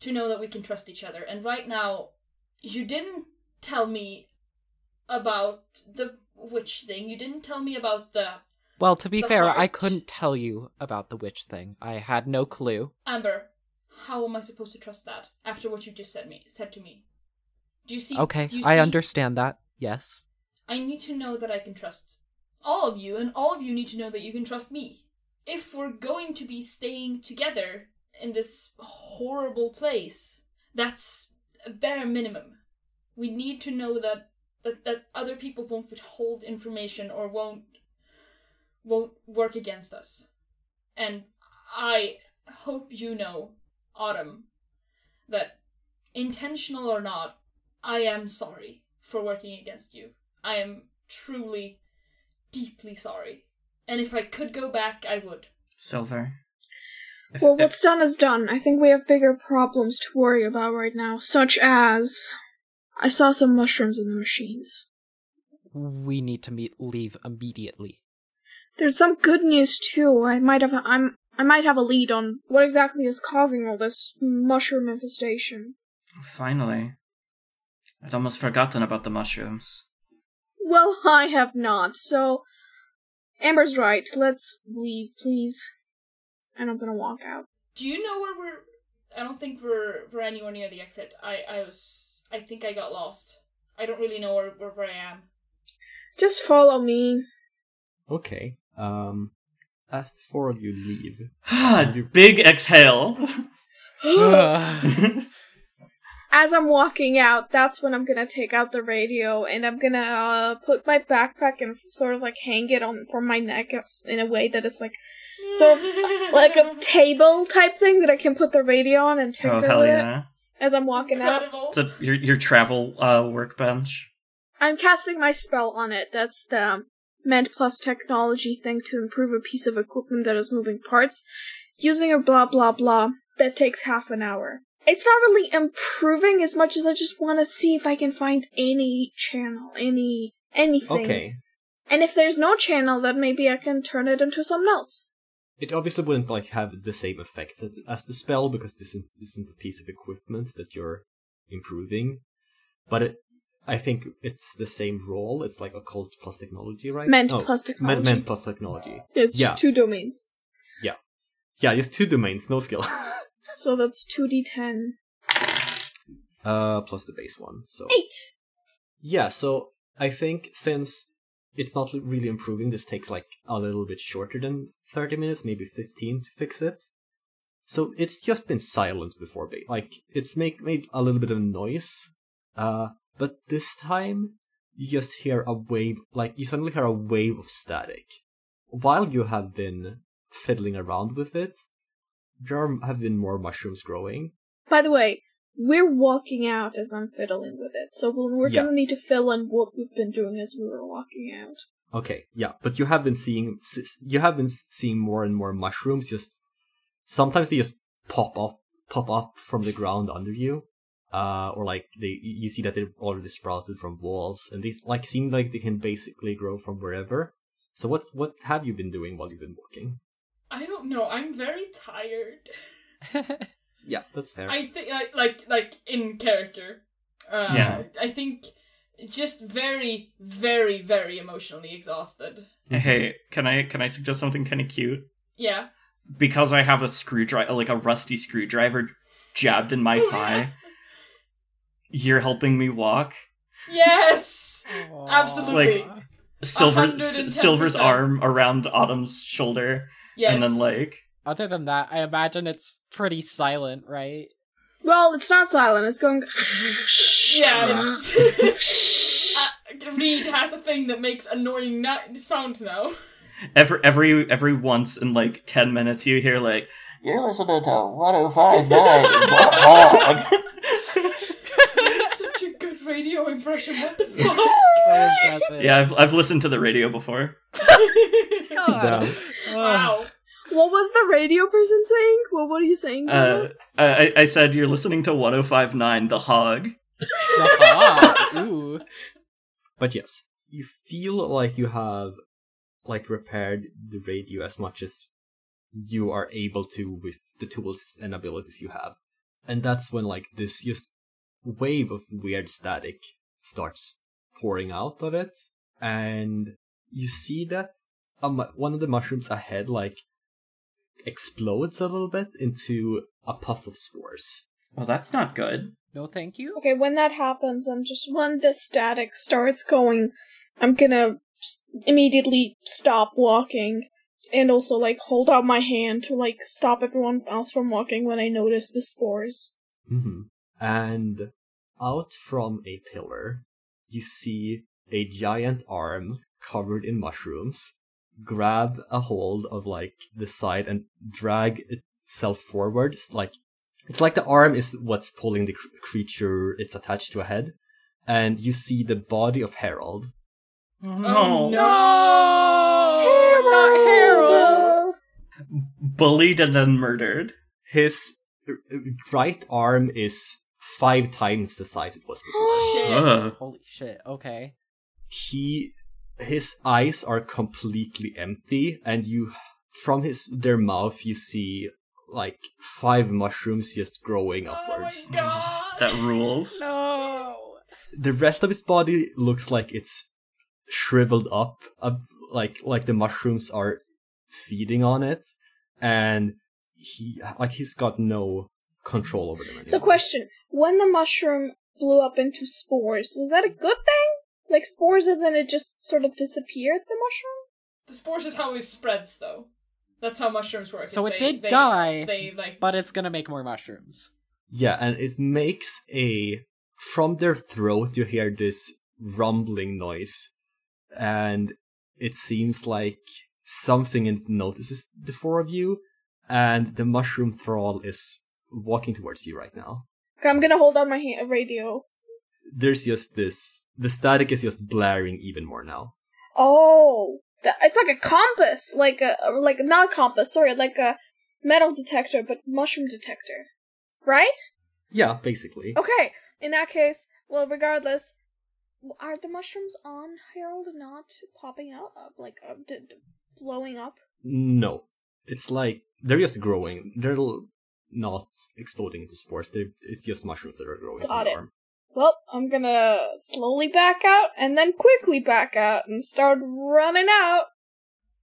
Speaker 3: to know that we can trust each other. And right now, you didn't tell me about the witch thing. You didn't tell me about the
Speaker 4: Well, to be
Speaker 3: The
Speaker 4: fair, I
Speaker 3: heart.
Speaker 4: couldn't tell you about the witch thing. I had no clue.
Speaker 3: Amber. How am I supposed to trust that after what you just said me said to me? Do you see?
Speaker 4: Okay,
Speaker 3: do you
Speaker 4: I
Speaker 3: see?
Speaker 4: understand that. Yes.
Speaker 3: I need to know that I can trust all of you, and all of you need to know that you can trust me. If we're going to be staying together in this horrible place, that's a bare minimum. We need to know that that, that other people won't withhold information or won't won't work against us. And I hope you know, Autumn, that intentional or not, I am sorry for working against you. I am truly, deeply sorry. And if I could go back, I would.
Speaker 6: Silver. If-
Speaker 5: Well,
Speaker 6: if-
Speaker 5: what's done is done. I think we have bigger problems to worry about right now, such as I saw some mushrooms in the machines.
Speaker 4: We need to meet, leave
Speaker 3: [gasps]
Speaker 4: immediately. [laughs]
Speaker 5: There's some good news too. I might have a, I'm I might have a lead on what exactly is causing all this mushroom infestation.
Speaker 6: Finally. I'd almost forgotten about the mushrooms. [sighs]
Speaker 5: Well, I have not. So Amber's right. Let's leave, please. And I'm gonna walk out.
Speaker 3: Do you know where we're? I don't think we're we're anywhere near the exit. I I was I think I got lost. I don't really know where where, where I am.
Speaker 5: Just follow me.
Speaker 2: Okay. Um, as the four of you leave,
Speaker 6: Big exhale. [laughs]
Speaker 4: Ugh.
Speaker 5: [gasps] as I'm walking out, that's when I'm gonna take out the radio and I'm gonna uh, put my backpack and sort of like hang it on from my neck uh, in a way that it's like So,
Speaker 6: [laughs]
Speaker 5: like a table type thing that I can put the radio on and tinker
Speaker 6: oh hell
Speaker 5: with it
Speaker 6: yeah!
Speaker 5: as I'm walking out.
Speaker 3: Incredible.
Speaker 6: It's a, your your travel uh, workbench.
Speaker 5: I'm casting my spell on it. That's the Mend Plus technology thing to improve a piece of equipment that is moving parts using a blah blah blah that takes half an hour. It's not really improving as much as I just want to see if I can find any channel, any anything.
Speaker 2: okay.
Speaker 5: And if there's no channel, then maybe I can turn it into something else.
Speaker 2: It obviously wouldn't like have the same effects as, as the spell because this isn't, this isn't a piece of equipment that you're improving, but it, I think it's the same role. It's like occult plus technology, right?
Speaker 5: Meant
Speaker 2: No,
Speaker 5: plus
Speaker 2: men-
Speaker 5: technology.
Speaker 2: meant plus technology.
Speaker 5: It's
Speaker 2: Yeah.
Speaker 5: just two domains.
Speaker 2: Yeah, just two domains, no skill. [laughs]
Speaker 5: So that's 2d10.
Speaker 2: uh, plus the base one. So
Speaker 5: Eight!
Speaker 2: Yeah, so I think since it's not really improving, this takes like a little bit shorter than 30 minutes, maybe 15 to fix it. So it's just been silent before, ba- like it's make made a little bit of noise. Uh, but this time you just hear a wave, like you suddenly hear a wave of static. While you have been fiddling around with it, there are- have been more mushrooms growing.
Speaker 5: By the way, we're walking out as I'm fiddling with it, so we'll- we're
Speaker 2: Yeah.
Speaker 5: gonna need to fill in what we've been doing as we were walking out.
Speaker 2: Okay, yeah, but you have been seeing s- you have been seeing more and more mushrooms. Just sometimes they just pop up, pop up from the ground under you, uh, or like they you see that they've already sprouted from walls, and these like seem like they can basically grow from wherever. So what what have you been doing while you've been walking?
Speaker 3: I don't know. I'm very tired.
Speaker 2: Yeah, that's fair.
Speaker 3: I think like like like in character. Uh,
Speaker 6: Yeah.
Speaker 3: I think just very very very emotionally exhausted.
Speaker 6: Hey, can I can I suggest something kind of cute?
Speaker 3: Yeah.
Speaker 6: Because I have a screwdriver, like a rusty screwdriver, jabbed in
Speaker 5: Oh,
Speaker 6: my thigh. You're helping me walk.
Speaker 3: [laughs] Yes. Absolutely.
Speaker 4: Aw.
Speaker 6: Silver,
Speaker 3: 110%.
Speaker 6: S- Silver's arm around Autumn's shoulder,
Speaker 3: Yes.
Speaker 6: and then like,
Speaker 4: Other than that, I imagine it's pretty silent, right?
Speaker 5: Well, it's not silent, it's going.
Speaker 3: [laughs] Yeah.
Speaker 6: [laughs]
Speaker 5: [laughs]
Speaker 3: [laughs] It's... Uh, Reed has a thing that makes annoying na- sounds [laughs] now.
Speaker 6: every every every once in like ten minutes, you hear like,
Speaker 7: You're listening to 1059 Blog.
Speaker 3: That's such a good radio impression. What the
Speaker 4: [laughs]
Speaker 3: fuck?
Speaker 4: So impressive.
Speaker 6: [laughs] yeah, I've I've listened to the radio before.
Speaker 2: Damn.
Speaker 4: [laughs] Ugh.
Speaker 3: [laughs] wow.
Speaker 5: What was the radio person saying? What were you saying?
Speaker 6: Uh,
Speaker 5: Kayla?
Speaker 6: I I I said you're listening to 1059 The Hog.
Speaker 4: Aha. Ooh.
Speaker 2: But yes, you feel like you have like repaired the radio as much as you are able to with the tools and abilities you have. And that's when like this just wave of weird static starts pouring out of it and you see that a mu- one of the mushrooms ahead like explodes a little bit into a puff of spores.
Speaker 6: Well, that's not good.
Speaker 4: No, thank you.
Speaker 5: Okay, when that happens, I'm just. When the static starts going, I'm gonna s- immediately stop walking. And also, like, hold out my hand to, like, stop everyone else from walking when I notice the spores.
Speaker 2: hmm Mm-hmm. And Out from a pillar, you see a giant arm covered in mushrooms grab a hold of like the side and drag itself forward. It's like it's like the arm is what's pulling the cr- creature it's attached to a head, and you see the body of Harold.
Speaker 3: Oh,
Speaker 6: no.
Speaker 4: No, not Harold.
Speaker 6: Bullied and then murdered.
Speaker 2: His r- r- right arm is five times the size it was
Speaker 5: [gasps]
Speaker 2: before. [laughs]
Speaker 3: Shit.
Speaker 6: Ugh.
Speaker 4: Holy shit. Okay.
Speaker 2: he his eyes are completely empty and you from his their mouth you see like five mushrooms just growing upwards
Speaker 3: Oh my god.
Speaker 6: That rules.
Speaker 4: No.
Speaker 2: the rest of his body looks like it's shriveled up uh, like like the mushrooms are feeding on it and he like he's got no control over them anymore.
Speaker 5: So, question: When the mushroom blew up into spores, was that a good thing? Like spores, isn't it just sort of disappeared? The mushroom.
Speaker 3: The spores is how it spreads, though. That's how mushrooms work. is
Speaker 4: So it
Speaker 3: they-
Speaker 4: did
Speaker 3: they-
Speaker 4: die,
Speaker 3: They like,
Speaker 4: But it's gonna make more mushrooms.
Speaker 2: Yeah, and it makes a from their throat you hear this rumbling noise, and it seems like something in- notices the four of you, and the mushroom thrall is walking towards you right now.
Speaker 5: Okay, I'm gonna hold on my hand, radio.
Speaker 2: There's just this the static is just blaring even more now.
Speaker 5: Oh, that, it's like a compass, like a like not compass. Sorry, like a metal detector, but mushroom detector, right?
Speaker 2: Yeah, basically.
Speaker 5: Okay. In that case, well, regardless, are the mushrooms on Harold not popping out, uh, like uh, d- d- blowing up?
Speaker 2: No, it's like they're just growing. They're l- not exploding into spores. They it's just mushrooms that are growing. from
Speaker 5: Got
Speaker 2: the
Speaker 5: it.
Speaker 2: arm.
Speaker 5: Well, I'm gonna slowly back out and then quickly back out and start running out.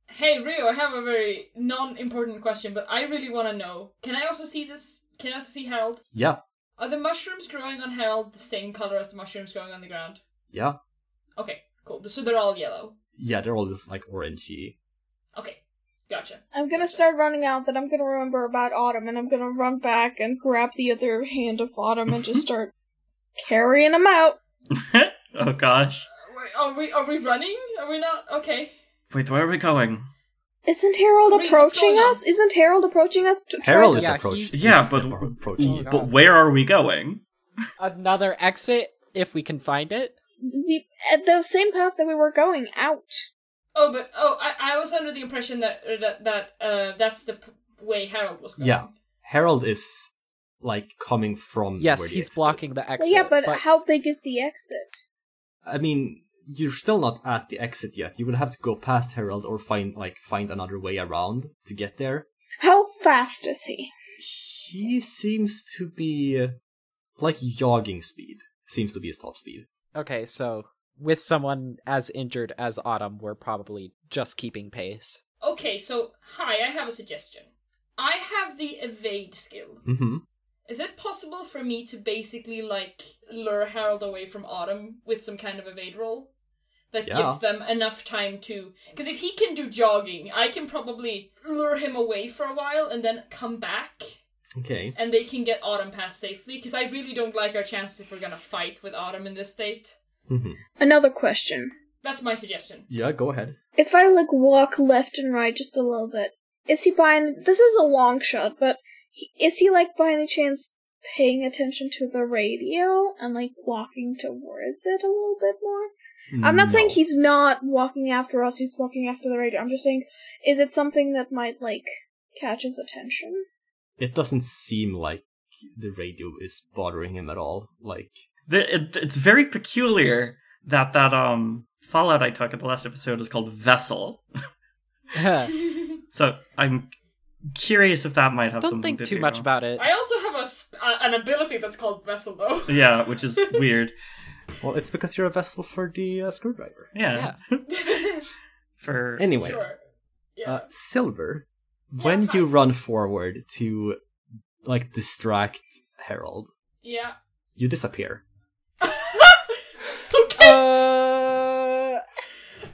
Speaker 3: hey Rio, I have a very non-important question, but I really want to know. Can I also see this? Can I also see Harold?
Speaker 2: Yeah,
Speaker 3: Are the mushrooms growing on Harold the same color as the mushrooms growing on the ground?
Speaker 2: yeah,
Speaker 3: Okay, cool. So they're all yellow.
Speaker 2: yeah. They're all just like orangey.
Speaker 3: Okay, gotcha. Uh,
Speaker 5: I'm gonna start running out, then I'm gonna remember about Autumn and I'm gonna run back and grab the other hand of Autumn and [laughs] just start carrying him out.
Speaker 6: oh gosh.
Speaker 3: Uh, wait, are we are we running? Are we not? Okay.
Speaker 6: Wait, where are we going?
Speaker 5: Isn't Harold
Speaker 3: Wait, what's
Speaker 5: approaching
Speaker 3: going on?
Speaker 5: us? Isn't Harold approaching us? To try
Speaker 2: Harold
Speaker 5: to-
Speaker 2: is
Speaker 4: Yeah,
Speaker 2: approaching.
Speaker 4: he's-
Speaker 6: Yeah, but
Speaker 4: Oh
Speaker 2: approaching.
Speaker 4: my
Speaker 6: but
Speaker 4: God.
Speaker 6: where are we going?
Speaker 4: Another exit if we can find it.
Speaker 5: we, at the same path that we were going out.
Speaker 3: Oh, but oh, I, I was under the impression that uh, that that uh that's the p- way Harold was going.
Speaker 2: Yeah. Harold is like coming from.
Speaker 4: Yes,
Speaker 2: Mm, where the
Speaker 4: he's
Speaker 2: exit
Speaker 4: blocking
Speaker 2: is.
Speaker 4: the exit.
Speaker 5: Well, yeah, but, how big is the exit?
Speaker 2: I mean, you're still not at the exit yet. You will have to go past Harold or find like find another way around to get there.
Speaker 5: How fast is he?
Speaker 2: He seems to be like jogging speed. Seems to be his top speed.
Speaker 4: Okay, so with someone as injured as Autumn, we're probably just keeping pace. [laughs]
Speaker 3: Okay, so hi, I have a suggestion. I have the evade skill.
Speaker 2: Mm-hmm.
Speaker 3: Is it possible for me to basically like lure Harold away from Autumn with some kind of evade roll that
Speaker 2: Yeah.
Speaker 3: gives them enough time to? Because if he can do jogging, I can probably lure him away for a while and then come back,
Speaker 2: Okay.
Speaker 3: and they can get Autumn past safely. Because I really don't like our chances if we're gonna fight with Autumn in this state.
Speaker 2: hmm
Speaker 5: Another question.
Speaker 3: That's my suggestion.
Speaker 2: Yeah, go ahead.
Speaker 5: If I like walk left and right just a little bit, is he by any, this is a long shot, but he- is he like by any chance paying attention to the radio and like walking towards it a little bit more? I'm not saying
Speaker 2: No.
Speaker 5: he's not walking after us, he's walking after the radio. I'm just saying, is it something that might like catch his attention?
Speaker 2: It doesn't seem like the radio is bothering him at all. Like
Speaker 6: The, it, it's very peculiar that that um fallout I took in the last episode is called Vessel.
Speaker 4: Don't
Speaker 6: So I'm curious if that might have something
Speaker 4: think
Speaker 6: to
Speaker 4: too
Speaker 6: do.
Speaker 4: much about it.
Speaker 3: [laughs] I also have a sp- uh, an ability that's called vessel
Speaker 6: [laughs]
Speaker 3: though.
Speaker 6: Yeah, which is weird. [laughs]
Speaker 2: Well, it's because you're a vessel for the uh, screwdriver.
Speaker 6: Yeah. For
Speaker 2: Anyway,
Speaker 3: Sure. Yeah.
Speaker 2: uh, Silver, when
Speaker 3: hi.
Speaker 2: you run forward to like distract Harold,
Speaker 3: yeah. [laughs]
Speaker 2: you disappear.
Speaker 3: okay.
Speaker 4: Uh,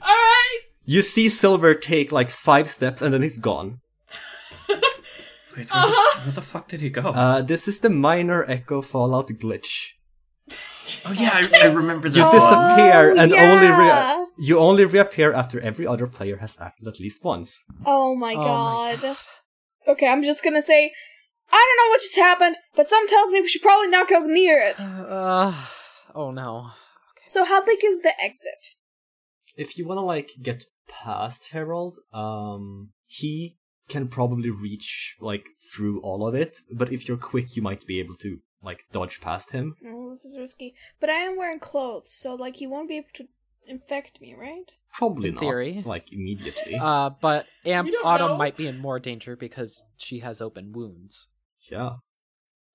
Speaker 3: All right.
Speaker 2: You see Silver take like five steps and then he's gone.
Speaker 6: wait, where, the-
Speaker 3: Uh-huh.
Speaker 2: Oh.
Speaker 6: where the fuck did he go?
Speaker 2: Uh, this is the minor echo fallout glitch.
Speaker 6: Oh yeah, I, I remember
Speaker 2: You
Speaker 6: this. one.
Speaker 2: disappear
Speaker 5: Oh,
Speaker 2: and only
Speaker 5: yeah.
Speaker 2: rea- you only reappear after every other player has acted at least once.
Speaker 5: Oh my
Speaker 4: Oh my
Speaker 5: god. Okay, I'm just gonna say, I don't know what just happened, but some tells me we should probably not go near it.
Speaker 4: Uh, oh no.
Speaker 5: So, how big is the exit?
Speaker 2: If you want to like get past Harold, um, he can probably reach like through all of it. But if you're quick, you might be able to like dodge past him.
Speaker 5: Oh, this is risky. But I am wearing clothes, so, like, he won't be able to infect me, right?
Speaker 2: Probably
Speaker 4: In
Speaker 2: not
Speaker 4: theory.
Speaker 2: like immediately.
Speaker 4: Uh, but Am-
Speaker 3: We don't
Speaker 4: Autumn
Speaker 3: know.
Speaker 4: might be in more danger because she has open wounds.
Speaker 2: yeah.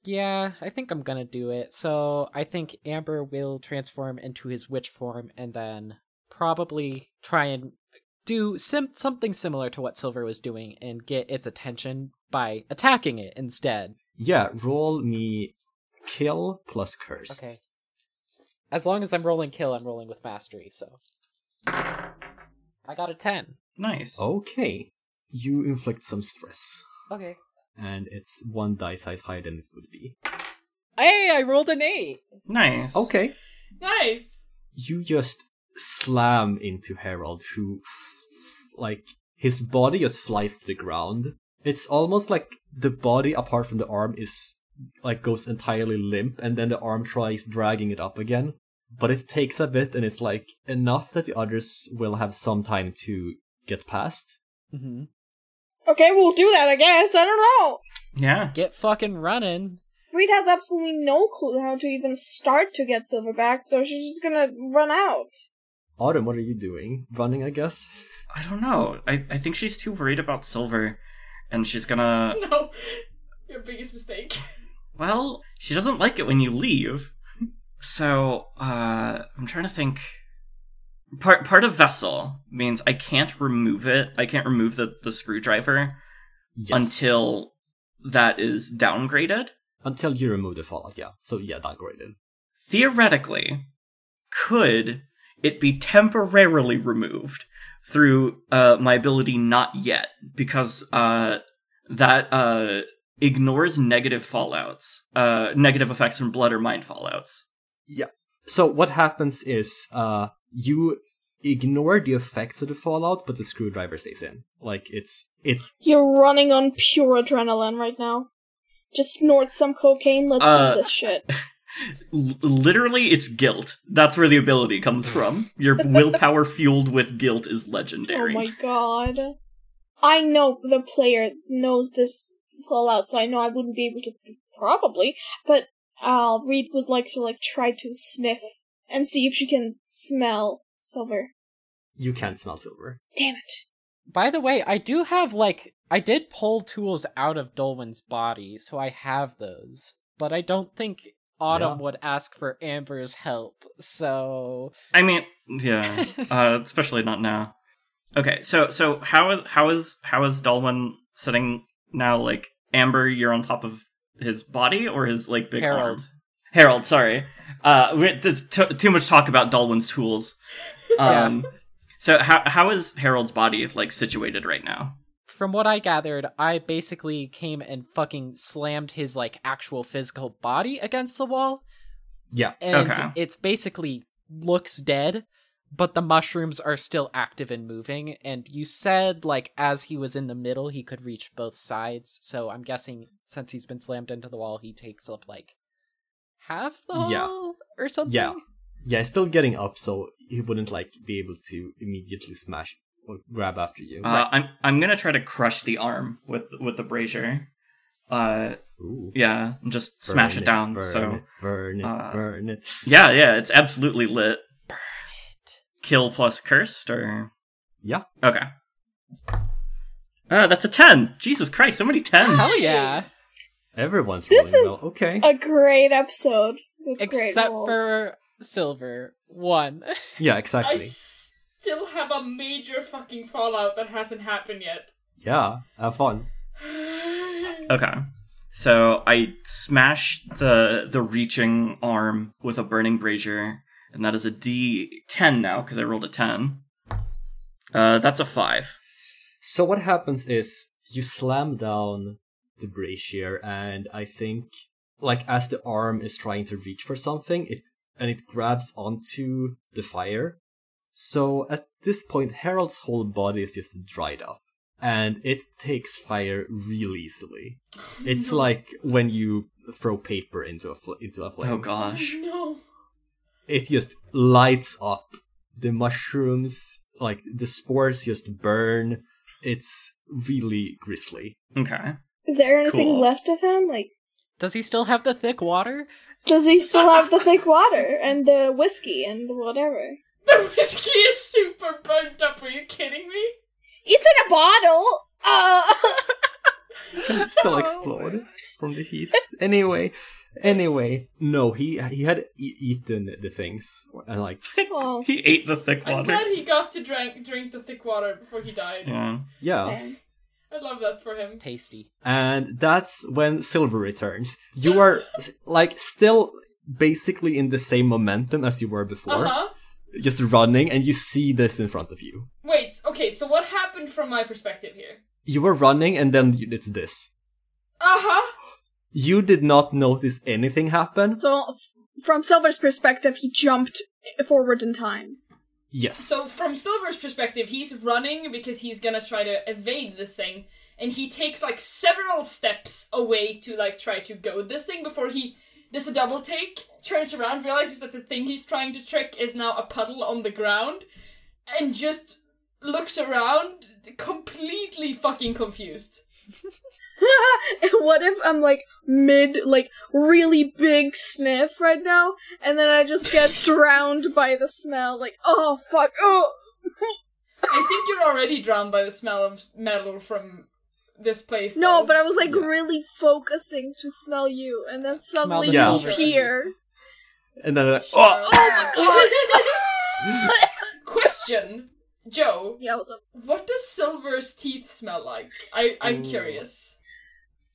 Speaker 4: Yeah, I think I'm gonna do it. So I think Amber will transform into his witch form and then probably try and do sim- something similar to what Silver was doing and get its attention by attacking it instead.
Speaker 2: Yeah, roll me kill plus curse.
Speaker 4: Okay. As long as I'm rolling kill, I'm rolling with mastery, so. I got a 10.
Speaker 6: Nice.
Speaker 2: Oh. Okay. You inflict some stress.
Speaker 4: Okay.
Speaker 2: And it's one die size higher than it would be.
Speaker 4: Hey, I rolled an 8!
Speaker 6: Nice.
Speaker 2: Okay.
Speaker 3: [laughs] Nice.
Speaker 2: You just slam into Harold, who, f- like, his body just flies to the ground. It's almost like the body, apart from the arm, is, like, goes entirely limp, and then the arm tries dragging it up again. But it takes a bit, and it's, like, enough that the others will have some time to get past.
Speaker 4: Mm-hmm.
Speaker 5: Okay, we'll do that, I guess. I don't know.
Speaker 6: Yeah.
Speaker 4: Get fucking running!
Speaker 5: Reed has absolutely no clue how to even start to get Silverback, so she's just gonna run out.
Speaker 2: Autumn, what are you doing? Running, I guess?
Speaker 6: I don't know. I, I think she's too worried about Silver, and she's gonna.
Speaker 3: No, your biggest mistake.
Speaker 6: Well, she doesn't like it when you leave. So, uh, I'm trying to think. Part part of vessel means I can't remove it. I can't remove the, the screwdriver until that is downgraded.
Speaker 2: until you remove the fallout, yeah. So yeah, downgraded.
Speaker 6: Theoretically, could it be temporarily removed through uh, my ability not yet? Because uh, that uh, ignores negative fallouts, uh, negative effects from blood or mind fallouts.
Speaker 2: So what happens is uh you ignore the effects of the fallout, but the screwdriver stays in. Like it's it's
Speaker 5: You're running on pure adrenaline right now. Just snort some cocaine, let's
Speaker 6: Uh,
Speaker 5: do this shit.
Speaker 6: L- literally it's guilt that's where the ability comes from
Speaker 5: [laughs]
Speaker 6: your willpower fueled with guilt is legendary
Speaker 5: Oh my god. I know the player knows this Fallout, so I know I wouldn't be able to probably, but uh, Reed would like to like try to sniff and see if she can smell silver.
Speaker 2: you can't smell silver.
Speaker 5: Damn it.
Speaker 4: By the way, I do have like I did pull tools out of Dolwyn's body, so I have those. But I don't think Autumn
Speaker 2: Yeah.
Speaker 4: would ask for Amber's help. So
Speaker 6: i mean yeah
Speaker 5: [laughs]
Speaker 6: uh, especially not now okay so so how is how is how is dalwyn sitting now like amber you're on top of his body or his like big
Speaker 4: Harold.
Speaker 6: arm? harold sorry uh we- there's t- too much talk about dalwyn's
Speaker 5: [laughs]
Speaker 6: tools
Speaker 4: Yeah.
Speaker 6: um so how how is harold's body like situated right now
Speaker 4: from what I gathered, I basically came and fucking slammed his like actual physical body against the wall,
Speaker 2: Yeah.
Speaker 4: and
Speaker 6: Okay.
Speaker 4: it's basically looks dead, but the mushrooms are still active and moving. And you said like as he was in the middle, he could reach both sides. So I'm guessing since he's been slammed into the wall, he takes up like half the hall
Speaker 2: Yeah.
Speaker 4: or something.
Speaker 2: Yeah. Yeah, he's still getting up, so he wouldn't like be able to immediately smash or grab after you.
Speaker 6: Uh, I'm I'm gonna try to crush the arm with with the brazier. Uh,
Speaker 2: Ooh.
Speaker 6: yeah, and just smash
Speaker 2: Burn
Speaker 6: it down.
Speaker 2: burn
Speaker 6: so
Speaker 2: it, burn it,
Speaker 6: uh,
Speaker 2: burn it.
Speaker 6: yeah, yeah, it's absolutely lit. Burn it. Kill plus cursed, or
Speaker 2: Yeah.
Speaker 6: okay. Uh, that's a ten. Jesus Christ, so many tens.
Speaker 4: Hell
Speaker 6: [laughs]
Speaker 4: yeah!
Speaker 2: Everyone's
Speaker 5: This
Speaker 2: rolling
Speaker 5: is
Speaker 2: well. Okay.
Speaker 5: a great episode. with great
Speaker 4: Except
Speaker 5: roles.
Speaker 4: for Silver One. [laughs]
Speaker 2: yeah,
Speaker 3: I
Speaker 2: exactly.
Speaker 3: still have a major fucking fallout that hasn't happened yet. [sighs]
Speaker 2: Yeah. Have fun.
Speaker 6: Okay. So I smash the the reaching arm with a burning brazier, and that is a D ten now because I rolled a ten. Uh, that's a five.
Speaker 2: So what happens is you slam down the brazier, and I think, like, as the arm is trying to reach for something, it and it grabs onto the fire. So at this point, Harold's whole body is just dried up, and it takes fire real easily. It's
Speaker 3: No.
Speaker 2: like when you throw paper into a fl- into a flame.
Speaker 6: Oh gosh.
Speaker 3: No.
Speaker 2: It just lights up. The mushrooms, like the spores, just burn. It's really grisly.
Speaker 6: Okay.
Speaker 5: Is there anything
Speaker 6: Cool.
Speaker 5: left of him? Like,
Speaker 4: Does he still have the thick water?
Speaker 5: does he still have the thick water and the whiskey and whatever?
Speaker 3: The whiskey is super burnt up. Are you kidding me?
Speaker 5: It's in a bottle. Uh, [laughs]
Speaker 2: still explode from the heat. Anyway, anyway, no, he he had e- eaten the things and like
Speaker 5: well,
Speaker 6: He ate the thick
Speaker 3: I'm
Speaker 6: water.
Speaker 3: glad he got to drink drink the thick water before he died.
Speaker 6: [laughs] Yeah.
Speaker 2: yeah.
Speaker 5: okay.
Speaker 3: I love that for him.
Speaker 4: Tasty.
Speaker 2: And that's when Silver returns. You are like still basically in the same momentum as you were before,
Speaker 3: Uh huh.
Speaker 2: just running, and you see this in front of you.
Speaker 3: Wait. Okay. So what happened from my perspective here?
Speaker 2: You were running, and then you- it's this.
Speaker 3: Uh huh.
Speaker 2: You did not notice anything happen.
Speaker 5: So, f- from Silver's perspective, he jumped forward in time. [laughs]
Speaker 2: Yes.
Speaker 3: So from Silver's perspective, he's running because he's gonna try to evade this thing, and he takes like several steps away to like try to go this thing before he does a double take, turns around, realizes that the thing he's trying to trick is now a puddle on the ground, and just looks around completely fucking confused.
Speaker 5: what if I'm like mid, like really big sniff right now, and then I just get
Speaker 2: [laughs]
Speaker 5: drowned by the smell? Like, oh fuck, oh.
Speaker 3: I think you're already drowned by the smell of metal from this place.
Speaker 5: No,
Speaker 3: though.
Speaker 5: but I was like
Speaker 2: Yeah.
Speaker 5: really focusing to smell you, and then
Speaker 4: Smell
Speaker 5: suddenly
Speaker 2: the
Speaker 5: you
Speaker 2: silver.
Speaker 5: appear.
Speaker 2: And then, like, oh,
Speaker 3: Oh
Speaker 5: [laughs]
Speaker 3: Question, Joe.
Speaker 5: Yeah, what's up?
Speaker 3: What does Silver's teeth smell like? I I'm
Speaker 4: Ooh.
Speaker 3: curious.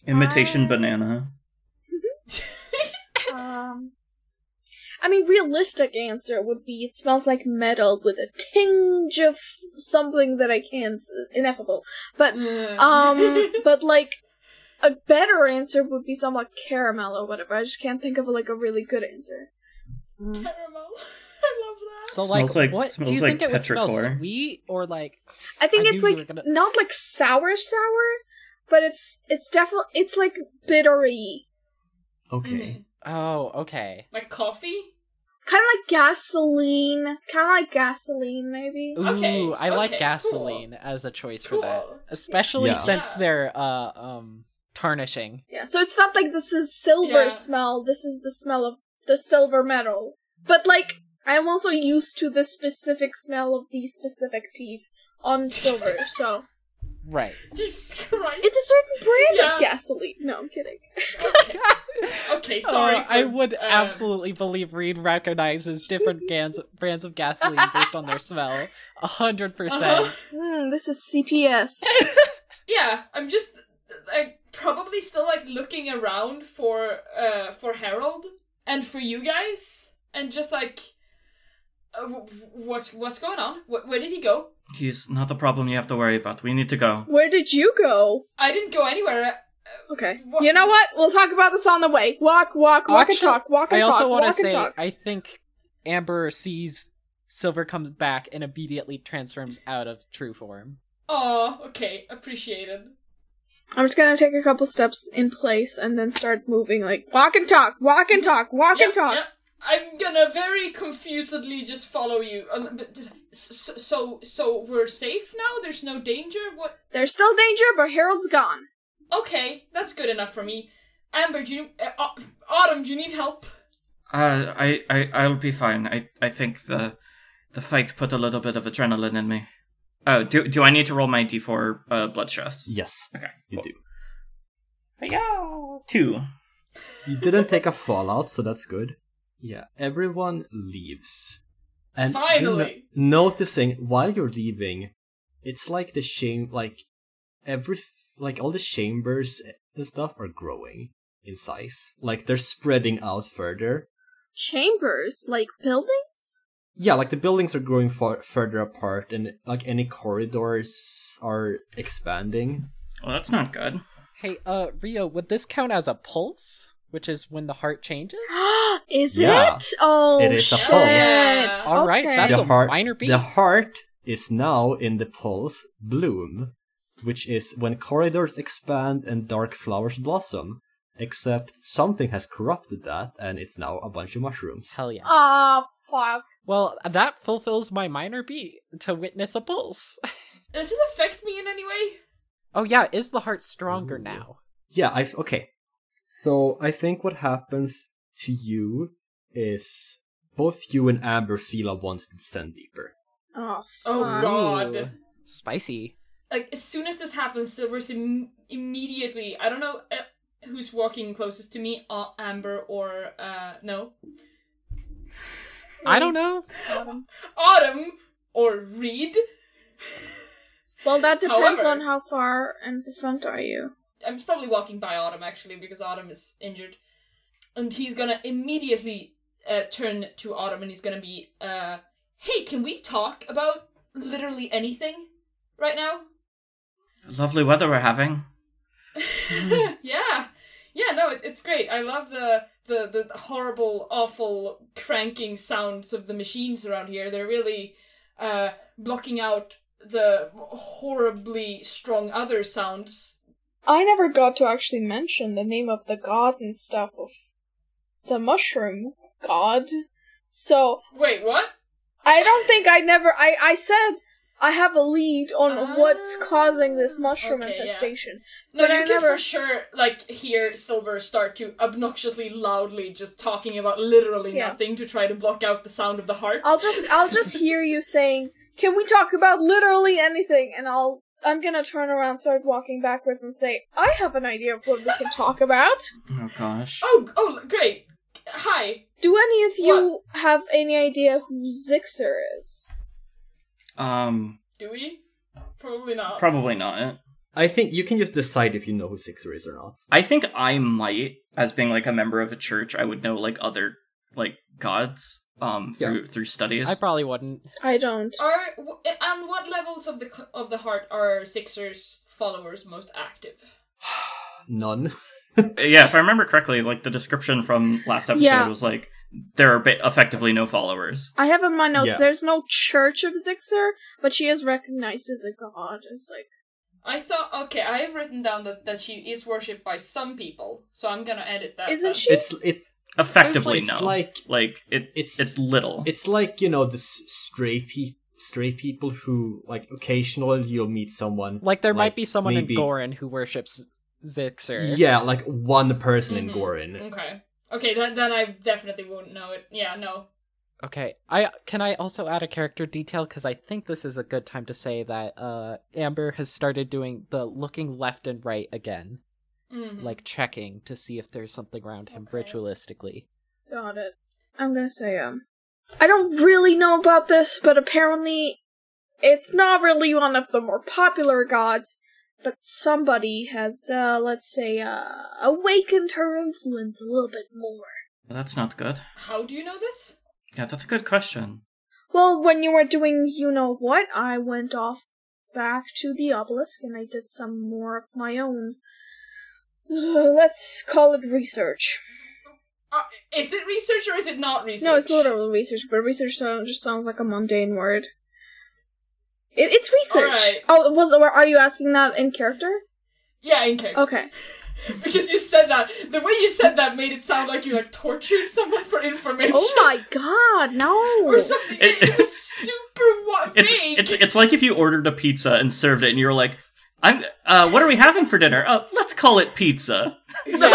Speaker 6: Imitation
Speaker 5: Ah.
Speaker 6: banana.
Speaker 5: Um, I mean, realistic answer would be it smells like metal with a tinge of something that I can't uh, ineffable. But um, but like a better answer would be something like caramel or whatever. I just can't think of like a really good answer.
Speaker 3: [laughs] caramel. I love that.
Speaker 4: So like,
Speaker 6: Smells like-
Speaker 4: what do
Speaker 6: smells
Speaker 4: you
Speaker 6: like
Speaker 4: think it would smell?
Speaker 6: petrichor.
Speaker 4: Sweet or like
Speaker 5: I think
Speaker 4: I
Speaker 5: it's
Speaker 4: knew you
Speaker 5: like
Speaker 4: were gonna-
Speaker 5: not like sour sour, but it's it's definitely it's like bittery,
Speaker 2: okay.
Speaker 3: Mhm.
Speaker 4: oh okay.
Speaker 3: Like coffee.
Speaker 5: kind of like gasoline, kind of like gasoline maybe.
Speaker 4: Ooh,
Speaker 3: Okay,
Speaker 4: I like
Speaker 3: okay,
Speaker 4: gasoline as a choice for that,
Speaker 3: Cool.
Speaker 4: especially
Speaker 2: Yeah.
Speaker 4: since
Speaker 3: Yeah.
Speaker 4: they're uh um tarnishing.
Speaker 5: Yeah, so it's not like this is silver
Speaker 3: Yeah.
Speaker 5: smell, this is the smell of the silver metal. But like, I'm also used to the specific smell of these specific teeth
Speaker 4: [laughs]
Speaker 5: on silver, so.
Speaker 4: Right.
Speaker 3: Jesus Christ.
Speaker 5: It's a certain brand
Speaker 3: Yeah.
Speaker 5: of gasoline. No, I'm kidding.
Speaker 3: okay. okay, [laughs] sorry.
Speaker 4: Oh, I
Speaker 3: for,
Speaker 4: would
Speaker 3: um,
Speaker 4: absolutely believe Reed recognizes
Speaker 3: [laughs]
Speaker 4: different gans- brands of gasoline based on their smell. A hundred
Speaker 3: [laughs]
Speaker 4: percent.
Speaker 3: Uh-huh.
Speaker 5: Hmm, this is
Speaker 3: [laughs]
Speaker 5: CPS.
Speaker 3: Yeah, I'm just like probably still like looking around for uh for Harold and for you guys and just like uh, wh- what's what's going on? Wh- where did he go?
Speaker 6: He's not the problem you have to worry about. We need to go.
Speaker 5: [laughs] Where did you go?
Speaker 3: I didn't go anywhere.
Speaker 5: Okay.
Speaker 3: Wha-
Speaker 5: You know what? We'll talk about this on the way. Walk, walk, walk and
Speaker 4: Actually,
Speaker 5: talk, walk
Speaker 4: I
Speaker 5: and
Speaker 4: also
Speaker 5: talk,
Speaker 4: want
Speaker 5: walk
Speaker 4: to say
Speaker 5: and talk.
Speaker 4: I think Amber sees Silver comes back and immediately transforms out of true form.
Speaker 3: Oh, okay, appreciated.
Speaker 5: I'm just gonna take a couple steps in place and then start moving, like, walk and talk, walk and talk, walk and
Speaker 3: Yeah,
Speaker 5: talk.
Speaker 3: yeah. I'm gonna very confusedly just follow you. Um, but just- So, so, so we're safe now. There's no danger. What?
Speaker 5: There's still danger, but Harold's gone.
Speaker 3: Okay, that's good enough for me. Amber, do you? Uh, Au- Autumn, do you need help?
Speaker 6: Uh, I, I, I'll be fine. I, I think the, the fight put a little bit of adrenaline in me. Oh, do, do I need to roll my d4 uh, blood stress?
Speaker 2: Yes,
Speaker 6: Okay.
Speaker 2: you do.
Speaker 6: Yeah. Two.
Speaker 2: You didn't take a fallout, so that's good. Yeah, everyone leaves. And you
Speaker 3: Finally.
Speaker 2: no- noticing while you're leaving, it's like the shame, like every, like all the chambers and stuff are growing in size. Like they're spreading out further.
Speaker 5: Chambers, like buildings? [gasps]
Speaker 2: Yeah, like the buildings are growing far further apart, and like any corridors are expanding.
Speaker 6: Well, that's not good.
Speaker 4: Hey, uh, Rio, would this count as a pulse? which is when the
Speaker 3: [gasps]
Speaker 4: heart changes.
Speaker 5: is
Speaker 2: Yeah.
Speaker 5: it? Oh,
Speaker 2: It is a
Speaker 5: shit.
Speaker 2: pulse.
Speaker 3: Yeah.
Speaker 4: All right,
Speaker 5: Okay.
Speaker 4: that's
Speaker 2: the
Speaker 4: a
Speaker 2: heart,
Speaker 4: minor beat.
Speaker 2: The heart is now in the pulse bloom, which is when corridors expand and dark flowers blossom. Except something has corrupted that, and it's now a bunch of mushrooms.
Speaker 4: Hell yeah.
Speaker 5: Ah, fuck.
Speaker 4: Well, that fulfills my minor beat to witness a pulse. [laughs]
Speaker 3: Does this affect me in any way?
Speaker 4: Oh yeah, is the heart stronger
Speaker 2: Ooh.
Speaker 4: now?
Speaker 2: Yeah, I okay. So I think what happens to you is both you and Amber feel a want to descend deeper.
Speaker 5: Oh,
Speaker 3: Oh
Speaker 5: fuck.
Speaker 3: god.
Speaker 4: Ooh. Spicy.
Speaker 3: Like as soon as this happens, Silver's Im- immediately. I don't know uh, who's walking closest to me, uh, Amber or uh no,
Speaker 4: I don't know.
Speaker 3: Autumn or Reed. [laughs]
Speaker 5: Well, that depends
Speaker 3: However-
Speaker 5: on how far in the front are you.
Speaker 3: I'm probably walking by Autumn actually because Autumn is injured, and he's gonna immediately uh, turn to Autumn and he's gonna be, uh, "Hey, can we talk about literally anything right now?"
Speaker 6: Lovely weather we're having.
Speaker 3: [laughs]
Speaker 5: [laughs]
Speaker 3: yeah, yeah. No, it, it's great. I love the, the the horrible, awful cranking sounds of the machines around here. They're really uh, blocking out the horribly strong other sounds.
Speaker 5: I never got to actually mention the name of the god and stuff of the mushroom god. So
Speaker 3: Wait, what?
Speaker 5: I don't think I never. I I said I have a lead on
Speaker 3: Ah,
Speaker 5: what's causing this mushroom
Speaker 3: okay, yeah.
Speaker 5: infestation.
Speaker 3: No,
Speaker 5: But
Speaker 3: you
Speaker 5: I
Speaker 3: can
Speaker 5: never-
Speaker 3: for sure like hear Silver start to obnoxiously loudly just talking about literally
Speaker 5: Yeah.
Speaker 3: nothing to try to block out the sound of the heart.
Speaker 5: I'll just I'll just hear you saying, "Can we talk about literally anything?" And I'll I'm gonna turn around, start walking backwards, and say, "I have an idea of what we can talk about."
Speaker 6: Oh gosh.
Speaker 3: [gasps] Oh, oh, great! Hi.
Speaker 5: Do any of you have any idea who Zixer is?
Speaker 6: Um,
Speaker 3: Do we? Probably not.
Speaker 6: probably not.
Speaker 2: I think you can just decide if you know who Sixer is or not.
Speaker 6: I think I might, as being like a member of a church, I would know like other like gods um
Speaker 2: Yeah.
Speaker 6: through through studies.
Speaker 4: I probably wouldn't.
Speaker 5: I don't.
Speaker 3: Are w- eh, and what levels of the c- of the heart are Sixers followers most active?
Speaker 2: None.
Speaker 6: yeah, if I remember correctly, like the description from last episode
Speaker 5: Yeah.
Speaker 6: was like there are ba- effectively no followers.
Speaker 5: I have in my notes
Speaker 2: Yeah.
Speaker 5: there's no church of Zixer, but she is recognized as a god. It's like
Speaker 3: I thought okay, I have written down that that she is worshipped by some people, so I'm gonna edit that.
Speaker 5: Isn't
Speaker 3: out.
Speaker 5: she-
Speaker 2: It's it's
Speaker 6: Effectively,
Speaker 2: it's
Speaker 6: no.
Speaker 2: like
Speaker 6: like it,
Speaker 2: it's-
Speaker 6: it's it's little.
Speaker 2: it's like you know the s- stray pe- stray people who like occasionally you'll meet someone
Speaker 4: Like there might be someone
Speaker 2: maybe-
Speaker 4: in Gorin who worships Z- Zixer.
Speaker 2: Yeah, like one person
Speaker 3: Mhm.
Speaker 2: in Gorin.
Speaker 3: Okay. Okay, then then I definitely won't know it. Yeah, no.
Speaker 4: Okay. I can I also add a character detail because I think this is a good time to say that uh Amber has started doing the looking left and right again,
Speaker 3: Mhm.
Speaker 4: like checking to see if there's something around him
Speaker 3: Okay.
Speaker 4: ritualistically.
Speaker 5: Got it. I'm gonna say, um, I don't really know about this, but apparently it's not really one of the more popular gods, but somebody has, uh, let's say, uh, awakened her influence a little bit more.
Speaker 6: That's not good.
Speaker 3: How do you know this?
Speaker 6: Yeah, that's a good question.
Speaker 5: Well, when you were doing you know what, I went off back to the obelisk and I did some more of my own. [sighs] Let's call it research.
Speaker 3: Uh, is it research or is it not research?
Speaker 5: No, it's literal research, but research sound, just sounds like a mundane word. It, it's research.
Speaker 3: Alright.
Speaker 5: Oh, was are you asking that in character?
Speaker 3: Yeah, in character.
Speaker 5: Okay.
Speaker 3: [laughs] Because you said that, the way you said that made it sound like you like tortured someone for information.
Speaker 5: Oh my god,
Speaker 3: Or
Speaker 5: no.
Speaker 3: something.
Speaker 6: It-
Speaker 3: It, was super wa-
Speaker 6: [laughs] It's
Speaker 3: vague.
Speaker 6: it's it's like if you ordered a pizza and served it, and you're like, "I'm. Uh, what are we having for dinner? Oh, let's call it pizza."
Speaker 3: [laughs]
Speaker 5: [laughs]
Speaker 3: well,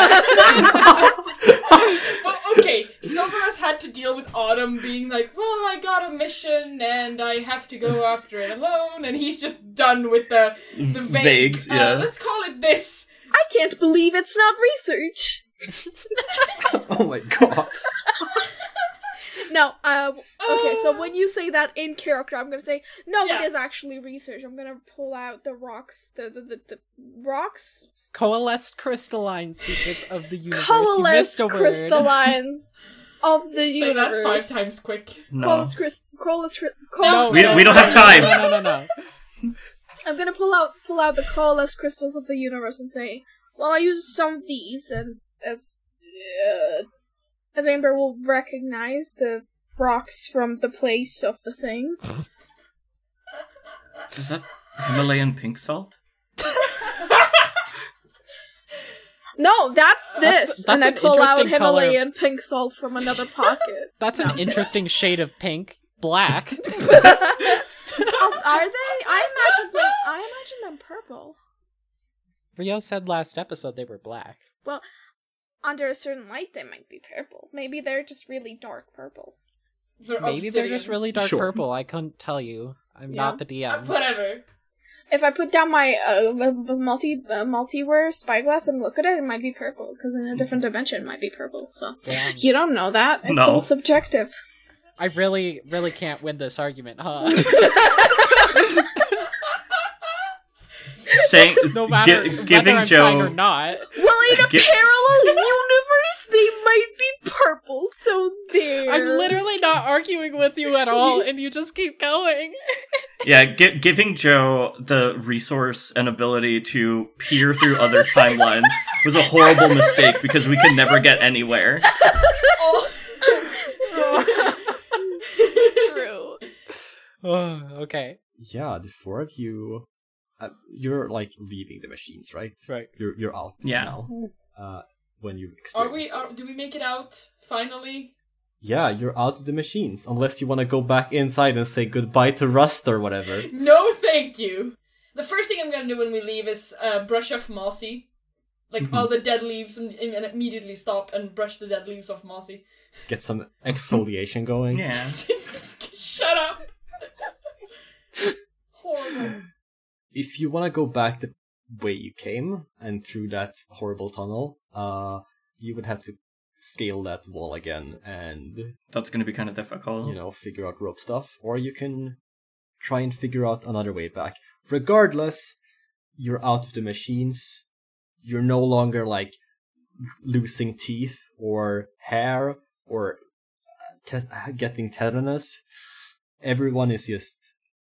Speaker 3: okay, Silver has had to deal with Autumn being like, well, I got a mission and I have to go after it alone, and he's just done with the, the vague.
Speaker 6: Vagues,
Speaker 3: uh,
Speaker 6: yeah.
Speaker 3: let's call it this.
Speaker 5: I can't believe it's not research.
Speaker 2: [laughs] oh my god.
Speaker 5: No, uh, okay, so
Speaker 3: Uh,
Speaker 5: when you say that in character, I'm gonna say, no,
Speaker 3: Yeah.
Speaker 5: it is actually research. I'm gonna pull out the rocks, the, the, the, the rocks?
Speaker 4: Coalesced crystalline secrets of the universe. you missed
Speaker 5: Colorless
Speaker 4: a word.
Speaker 5: crystallines of the
Speaker 3: say
Speaker 5: universe.
Speaker 3: that five times quick.
Speaker 6: No,
Speaker 5: Colorless crys- colorless cry-
Speaker 4: No,
Speaker 5: colorless
Speaker 6: We-
Speaker 4: no,
Speaker 6: we don't
Speaker 4: no,
Speaker 6: have
Speaker 4: no,
Speaker 6: time.
Speaker 4: No, no, no, no.
Speaker 5: I'm gonna pull out pull out the colorless crystals of the universe and say, "Well, I use some of these, and as uh, as Amber will recognize the rocks from the place of the thing.
Speaker 6: Is that Himalayan pink salt?
Speaker 5: No, that's
Speaker 4: That's-
Speaker 5: this,
Speaker 4: that's
Speaker 5: and I
Speaker 4: an
Speaker 5: pull out
Speaker 4: interesting color.
Speaker 5: Himalayan pink salt from
Speaker 4: [laughs]
Speaker 5: another pocket.
Speaker 4: That's an interesting shade of pink. Black.
Speaker 5: Oh, are they? I imagine them. I imagine them purple
Speaker 4: Rio said last episode they were black.
Speaker 5: under a certain light. They might be purple. Maybe they're just really dark purple.
Speaker 3: They're
Speaker 4: Maybe they're just
Speaker 3: obsidian.
Speaker 4: really dark
Speaker 2: Sure.
Speaker 4: purple. I couldn't tell you. I'm not the
Speaker 3: Uh,
Speaker 4: DM.
Speaker 5: [laughs]
Speaker 3: Whatever.
Speaker 5: If I put down my uh, multi uh, multiware spyglass and look at it, it might be purple because in a different dimension it might be purple. So
Speaker 4: Damn.
Speaker 5: you don't know that. It's
Speaker 6: No.
Speaker 5: all subjective.
Speaker 4: I really, really can't win this argument, huh?
Speaker 6: [laughs]
Speaker 4: [laughs]
Speaker 6: Saying
Speaker 4: [laughs] No matter
Speaker 6: gi-
Speaker 4: whether
Speaker 6: giving
Speaker 4: I'm
Speaker 6: Joe
Speaker 4: trying or not.
Speaker 5: Well, in a
Speaker 6: Gi-
Speaker 5: parallel universe, they might be purple. [laughs] So there.
Speaker 4: I'm literally not arguing with you at all, and you just keep going. [sighs]
Speaker 6: yeah, gi- giving Joe the resource and ability to peer through other timelines was a horrible mistake because we could never get anywhere.
Speaker 3: Oh.
Speaker 5: It's true.
Speaker 4: Oh, okay.
Speaker 2: Yeah, the four of you, uh, you're like leaving the machines, right?
Speaker 4: Right.
Speaker 2: You're you're out
Speaker 6: Yeah.
Speaker 2: now. Uh, when you
Speaker 3: Are
Speaker 2: experience
Speaker 3: we? Are,
Speaker 2: this.
Speaker 3: do we make it out finally?
Speaker 2: yeah, you're out of the machines unless you want to go back inside and say goodbye to Rust or whatever.
Speaker 3: No, thank you. The first thing I'm gonna do when we leave is uh, brush off Mossy, like all the dead leaves, and, and immediately stop and brush the dead leaves off Mossy. [laughs]
Speaker 2: Get some exfoliation going.
Speaker 6: Yeah.
Speaker 3: Shut up. Horrible.
Speaker 2: if you want to go back the way you came and through that horrible tunnel, uh, you would have to scale that wall again and
Speaker 6: That's going to be kind of difficult.
Speaker 2: you know figure out rope stuff, or you can try and figure out another way back. Regardless, you're out of the machines. You're no longer like losing teeth or hair or uh, te- getting tetanus. Everyone is just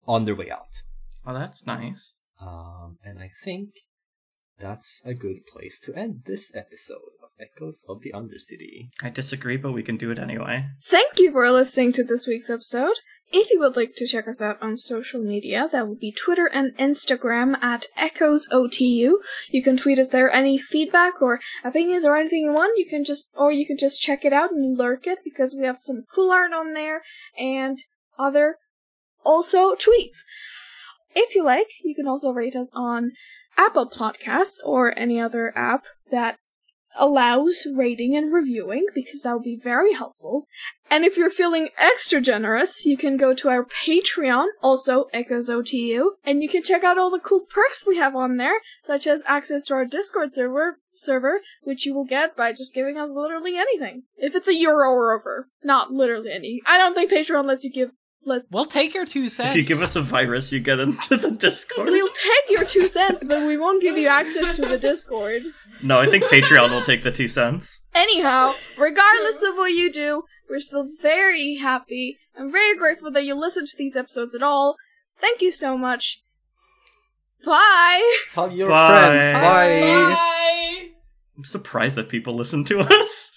Speaker 2: on their way out.
Speaker 6: Oh, that's nice.
Speaker 2: Um, and I think that's a good place to end this episode of Echoes of the Undercity.
Speaker 6: I disagree, but we can do it anyway.
Speaker 5: Thank you for listening to this week's episode. If you would like to check us out on social media, that would be Twitter and Instagram at EchoesOTU. You can tweet us there any feedback or opinions or anything you want. You can just, or you can just check it out and lurk it because we have some cool art on there and other also tweets. If you like, you can also rate us on Apple Podcasts or any other app that allows rating and reviewing because that would be very helpful. And if you're feeling extra generous, you can go to our Patreon, also Echoes OTU, and you can check out all the cool perks we have on there, such as access to our Discord server, server, which you will get by just giving us literally anything. If it's a euro or over, not literally any. I don't think Patreon lets you give lets
Speaker 4: We'll take your two cents.
Speaker 6: If you give us a virus, you get into the Discord.
Speaker 5: We'll take your two cents, but we won't give you access to the Discord.
Speaker 6: No, I think Patreon will take the two cents.
Speaker 5: Anyhow, regardless of what you do, we're still very happy and very grateful that you listen to these episodes at all. Thank you so much. Bye!
Speaker 2: Tell your
Speaker 6: Bye.
Speaker 2: friends. Bye.
Speaker 3: Bye.
Speaker 6: I'm surprised that people listen to us.